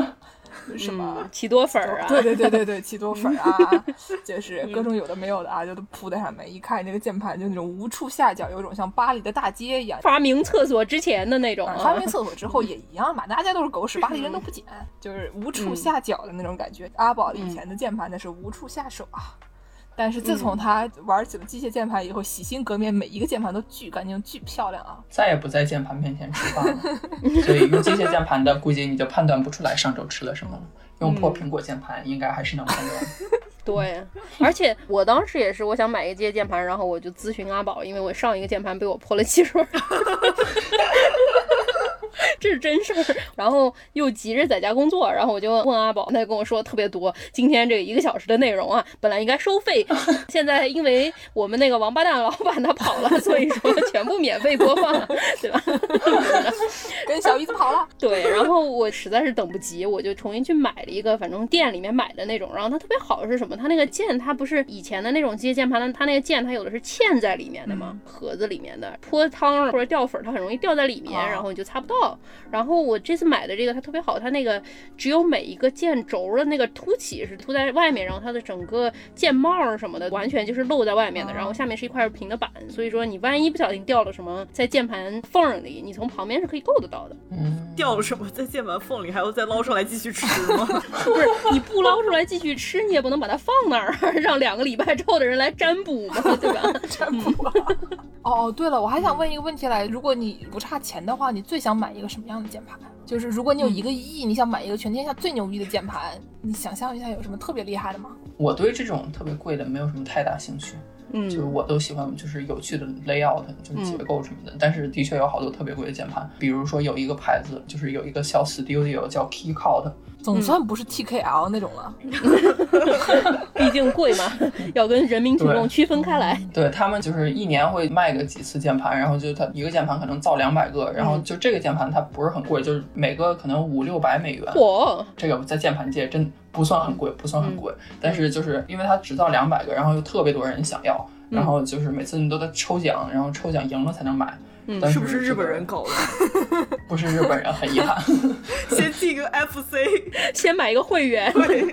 什么
嗯，。奇多粉儿啊，嗯
对对对对对，奇多粉儿 啊，就是各种有的没有的啊，就都铺在上面。一看这个键盘，就那种无处下脚，有种像巴黎的大街一样。
发明厕所之前的那种
啊
啊，
发明厕所之后也一样嘛，大家都是狗屎，巴黎人都不捡，就是无处下脚的那种感觉。阿宝以前的键盘那是无处下手啊，但是自
嗯
从他玩起了机械键盘以后，洗心革面，每一个键盘都巨干净、巨漂亮啊！
再也不在键盘面前吃饭了。所以用机械键盘的，估计你就判断不出来上周吃了什么了。用破苹果键盘应该还是能判断。
对，而且我当时也是，我想买一个机械键盘，然后我就咨询阿宝，因为我上一个键盘被我泼了汽水儿， 这是真事儿。然后又急着在家工作，然后我就问阿宝，他就跟我说特别多，今天这一个小时的内容啊，本来应该收费，现在因为我们那个王八蛋老板他跑了，所以说全部免费播放了，对吧？
跟小姨子跑了，
对，然后我实在是等不及，我就重新去买了一个，反正店里面买的那种。然后它特别好是什么？它那个键，它不是以前的那种机械键盘它那个键它有的是嵌在里面的嘛，盒子里面的，泼汤或者掉粉儿，它很容易掉在里面，然后你就擦不到。然后我这次买的这个它特别好，它那个只有每一个键轴的那个凸起是凸在外面，然后它的整个键帽儿什么的完全就是露在外面的，然后下面是一块平的板，所以说你万一不小心掉了什么在键盘缝儿里，你从旁边是可以够得到的。
嗯，
掉什么在键盘缝里，还要再捞上来继续吃吗？
不是你不捞出来继续吃，你也不能把它放那儿， 让两个礼拜之后的人来占卜嘛，对吧？
嗯 哦，对了，我还想问一个问题来，如果你不差钱的话，你最想买一个什么样的键盘？就是如果你有一个亿，你想买一个全天下最牛逼的键盘，你想象一下有什么特别厉害的吗？
我对这种特别贵的没有什么太大兴趣。就是
嗯，
我都喜欢，就是有趣的 layout，就是结构什么的。但是的确有好多特别贵的键盘，比如说有一个牌子，就是有一个小 studio 叫 Keycode，
总算不是 TKL 那种了，
毕竟贵嘛， 要跟人民群众
对
区分开来。
对他们就是一年会卖个几次键盘，然后就它一个键盘可能造两百个，然后就这个键盘它不是很贵，就是每个可能五六百美元。
嚯，
这个在键盘界真不算很贵，不算
嗯
很贵，但是就是因为它只造两百个，然后又特别多人想要，然
嗯
后就是每次你都得抽奖，然后抽奖赢了才能买。
嗯
但
是不是
这
日
个
本人？搞 的？
不是日本人，很 遗憾。
先进个 FC，
先买一个会员
对，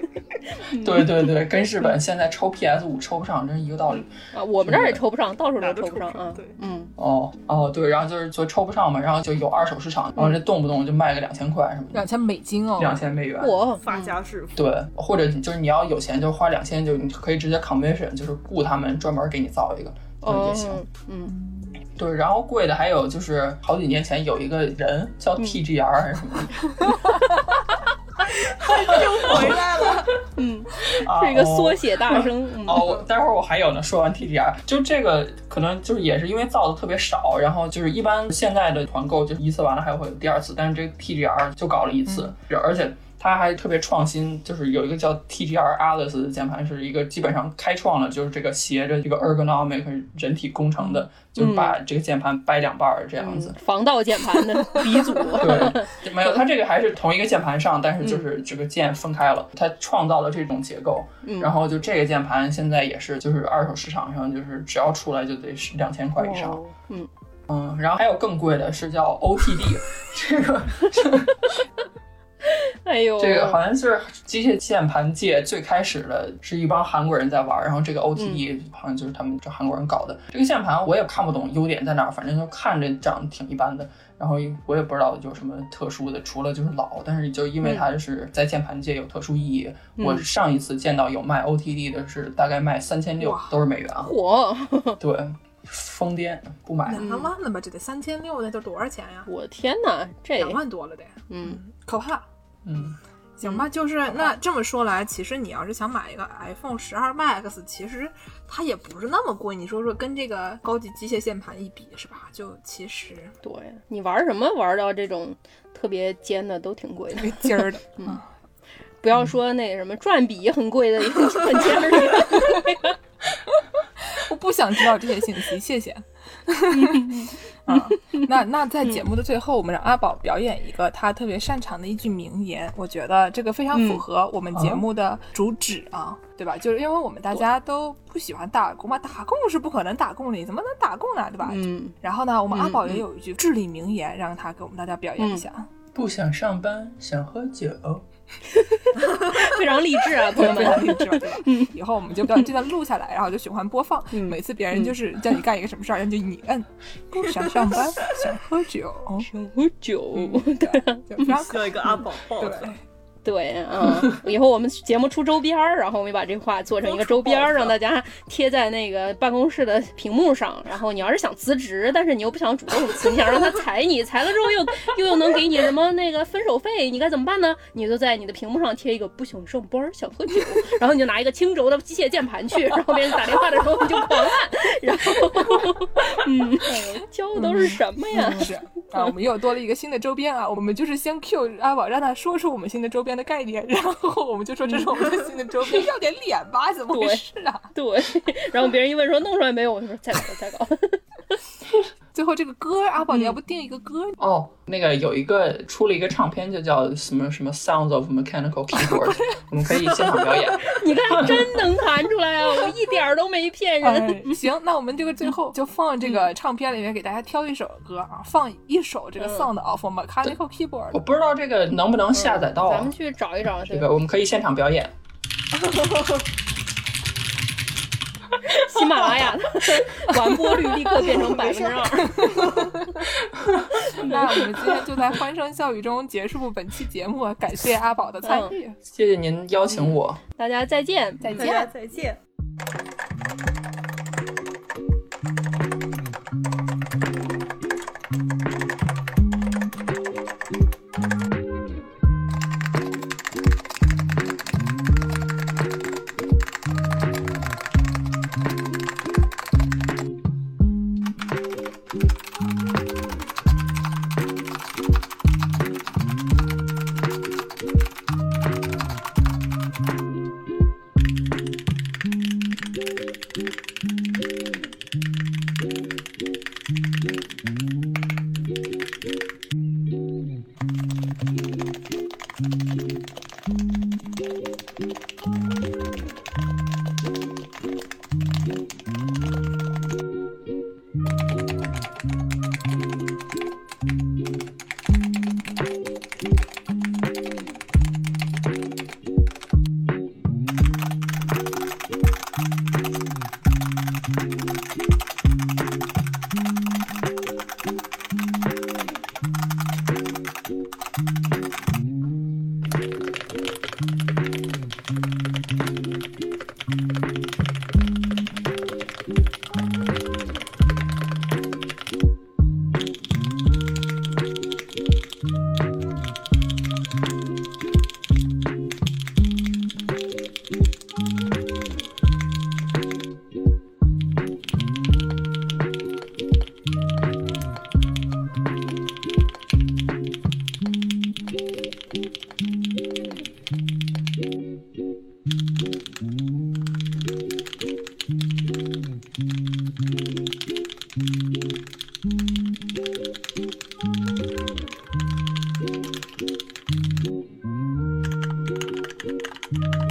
对对对，跟日本现在抽 PS 五抽不上，真是一个道理。
啊，我们这儿也抽不上，到处
哪儿
都
都
抽不上
抽不上
啊
对。
嗯，
哦哦，对，然后就是就抽不上嘛，然后就有二手市场，然后
嗯
这动不动就卖个两千块什么
两
的，
千美金哦，
两千美元。
嚯，
发家致富。
对，或者你就是你要有钱，就花两千，就你可以直接 commission，就是雇他们专门给你造一个，就也行。
哦，嗯，
对，然后贵的还有就是好几年前有一个人叫
嗯
TGR 还是 什么的，
又回来了，
啊
是一个缩
哦
写大 声。嗯
哦，我待会儿我还有呢。说完 TGR，就这个可能就是也是因为造的特别少，然后就是一般现在的团购就是一次完了还会有第二次，但是这个 TGR 就搞了一次，
嗯
而且。它还特别创新，就是有一个叫 TGR Atlas 的键盘，是一个基本上开创了就是这个斜着这个 ergonomic 人体工程的，
嗯
就是把这个键盘掰两半儿这样子。
防盗键盘的鼻 祖，
对，没有，它这个还是同一个键盘上，但是就是这个键分开了，它创造了这种结构。
嗯
然后就这个键盘现在也是，就是二手市场上就是只要出来就得是两千块以上。
哦嗯，
嗯，然后还有更贵的是叫 OTD，这个
哎呦，
这个好像是机械键盘界最开始的是一帮韩国人在玩儿，然后这个 OTE 好 E，像就是他们这韩国人搞的。这个键盘我也看不懂优点在哪儿，反正就看着长得挺一般的，然后我也不知道有什么特殊的，除了就是老，但是就因为它是在键盘界有特殊意义。我上一次见到有卖 OTD 的是大概卖三千六，都是美元啊，
火，
对，疯癫不买。
两万了吧？这得三千六，那得多少钱呀？
我天哪，这
两万多了得，
嗯。
可怕。
嗯，
行吧，就是那这么说来，其实你要是想买一个 iPhone 十二 Max，其实它也不是那么贵。你说说，跟这个高级机械键盘一比，是吧？就其实
对你玩什么玩到这种特别尖的都挺贵的，
没劲儿的。
不要说那个什么转笔很贵的，也 很尖儿的。
我不想知道这些信息，谢 谢。啊，那那在节目的最后，我们让阿宝表演一个他特别擅长的一句名言，我觉得这个非常
嗯
符合我
啊
们节目的主旨啊，对吧？就是因为我们大家都不喜欢打工嘛，打工是不可能打工的，你怎么能打工呢？对吧？
嗯，
然后呢，我们
嗯
阿宝也有一句至理名言，让他给我们大家表演一下。啊
不想上班，想喝酒。
非常励志 啊， 朋友
非常
们。
励志，对吧？
嗯
以后我们就把这段录下来，然后就循环播放。每次别
嗯
人就是叫你干一个什么事儿，然后就你摁，不想上班，想喝酒，
想喝酒，嗯
对，就非常可
需要一个阿宝抱
对
着。。
对，嗯，以后我们节目出周边儿，然后我们把这话做成一个周边儿，让大家贴在那个办公室的屏幕上。然后你要是想辞职，但是你又不想主动辞，你想让他裁你，裁了之后又又又能给你什么那个分手费，你该怎么办呢？你就在你的屏幕上贴一个不想上班，想喝酒，然后你就拿一个轻轴的机械键盘去，然后别人打电话的时候你就狂按，然后，嗯，教的都是什么呀？
是啊，我们又多了一个新的周边啊，我们就是先 Q 阿宝，让他说出我们新的周边的概念，然后我们就说这是我们的新的周边，要点脸吧，怎么回事啊？
嗯对，然后别人一问说弄出来没有，我就说再搞再搞。
最后这个歌，阿宝你
嗯
要不定一个歌？
哦，那个有一个出了一个唱片，就叫什么什么 Sounds of Mechanical Keyboard，我
哦
们可以现场表演。
你看，真能弹出来啊！我一点儿都没骗人。
哎，行，那我们这个最后就放这个唱片里面给大家挑一首歌啊，放一首这个
嗯
Sound of Mechanical Keyboard
我。不知道这个能不能下载到
嗯咱
啊
们？去找一找去
这。个我们可以现场表演。
喜马拉雅的 完播率立刻变成百 分之二。
那我们今天就在欢声笑语中结束本期节目，感谢阿宝的参与。
谢谢您邀请我。
大家再见，
再
大
见。
家再见。
嗯。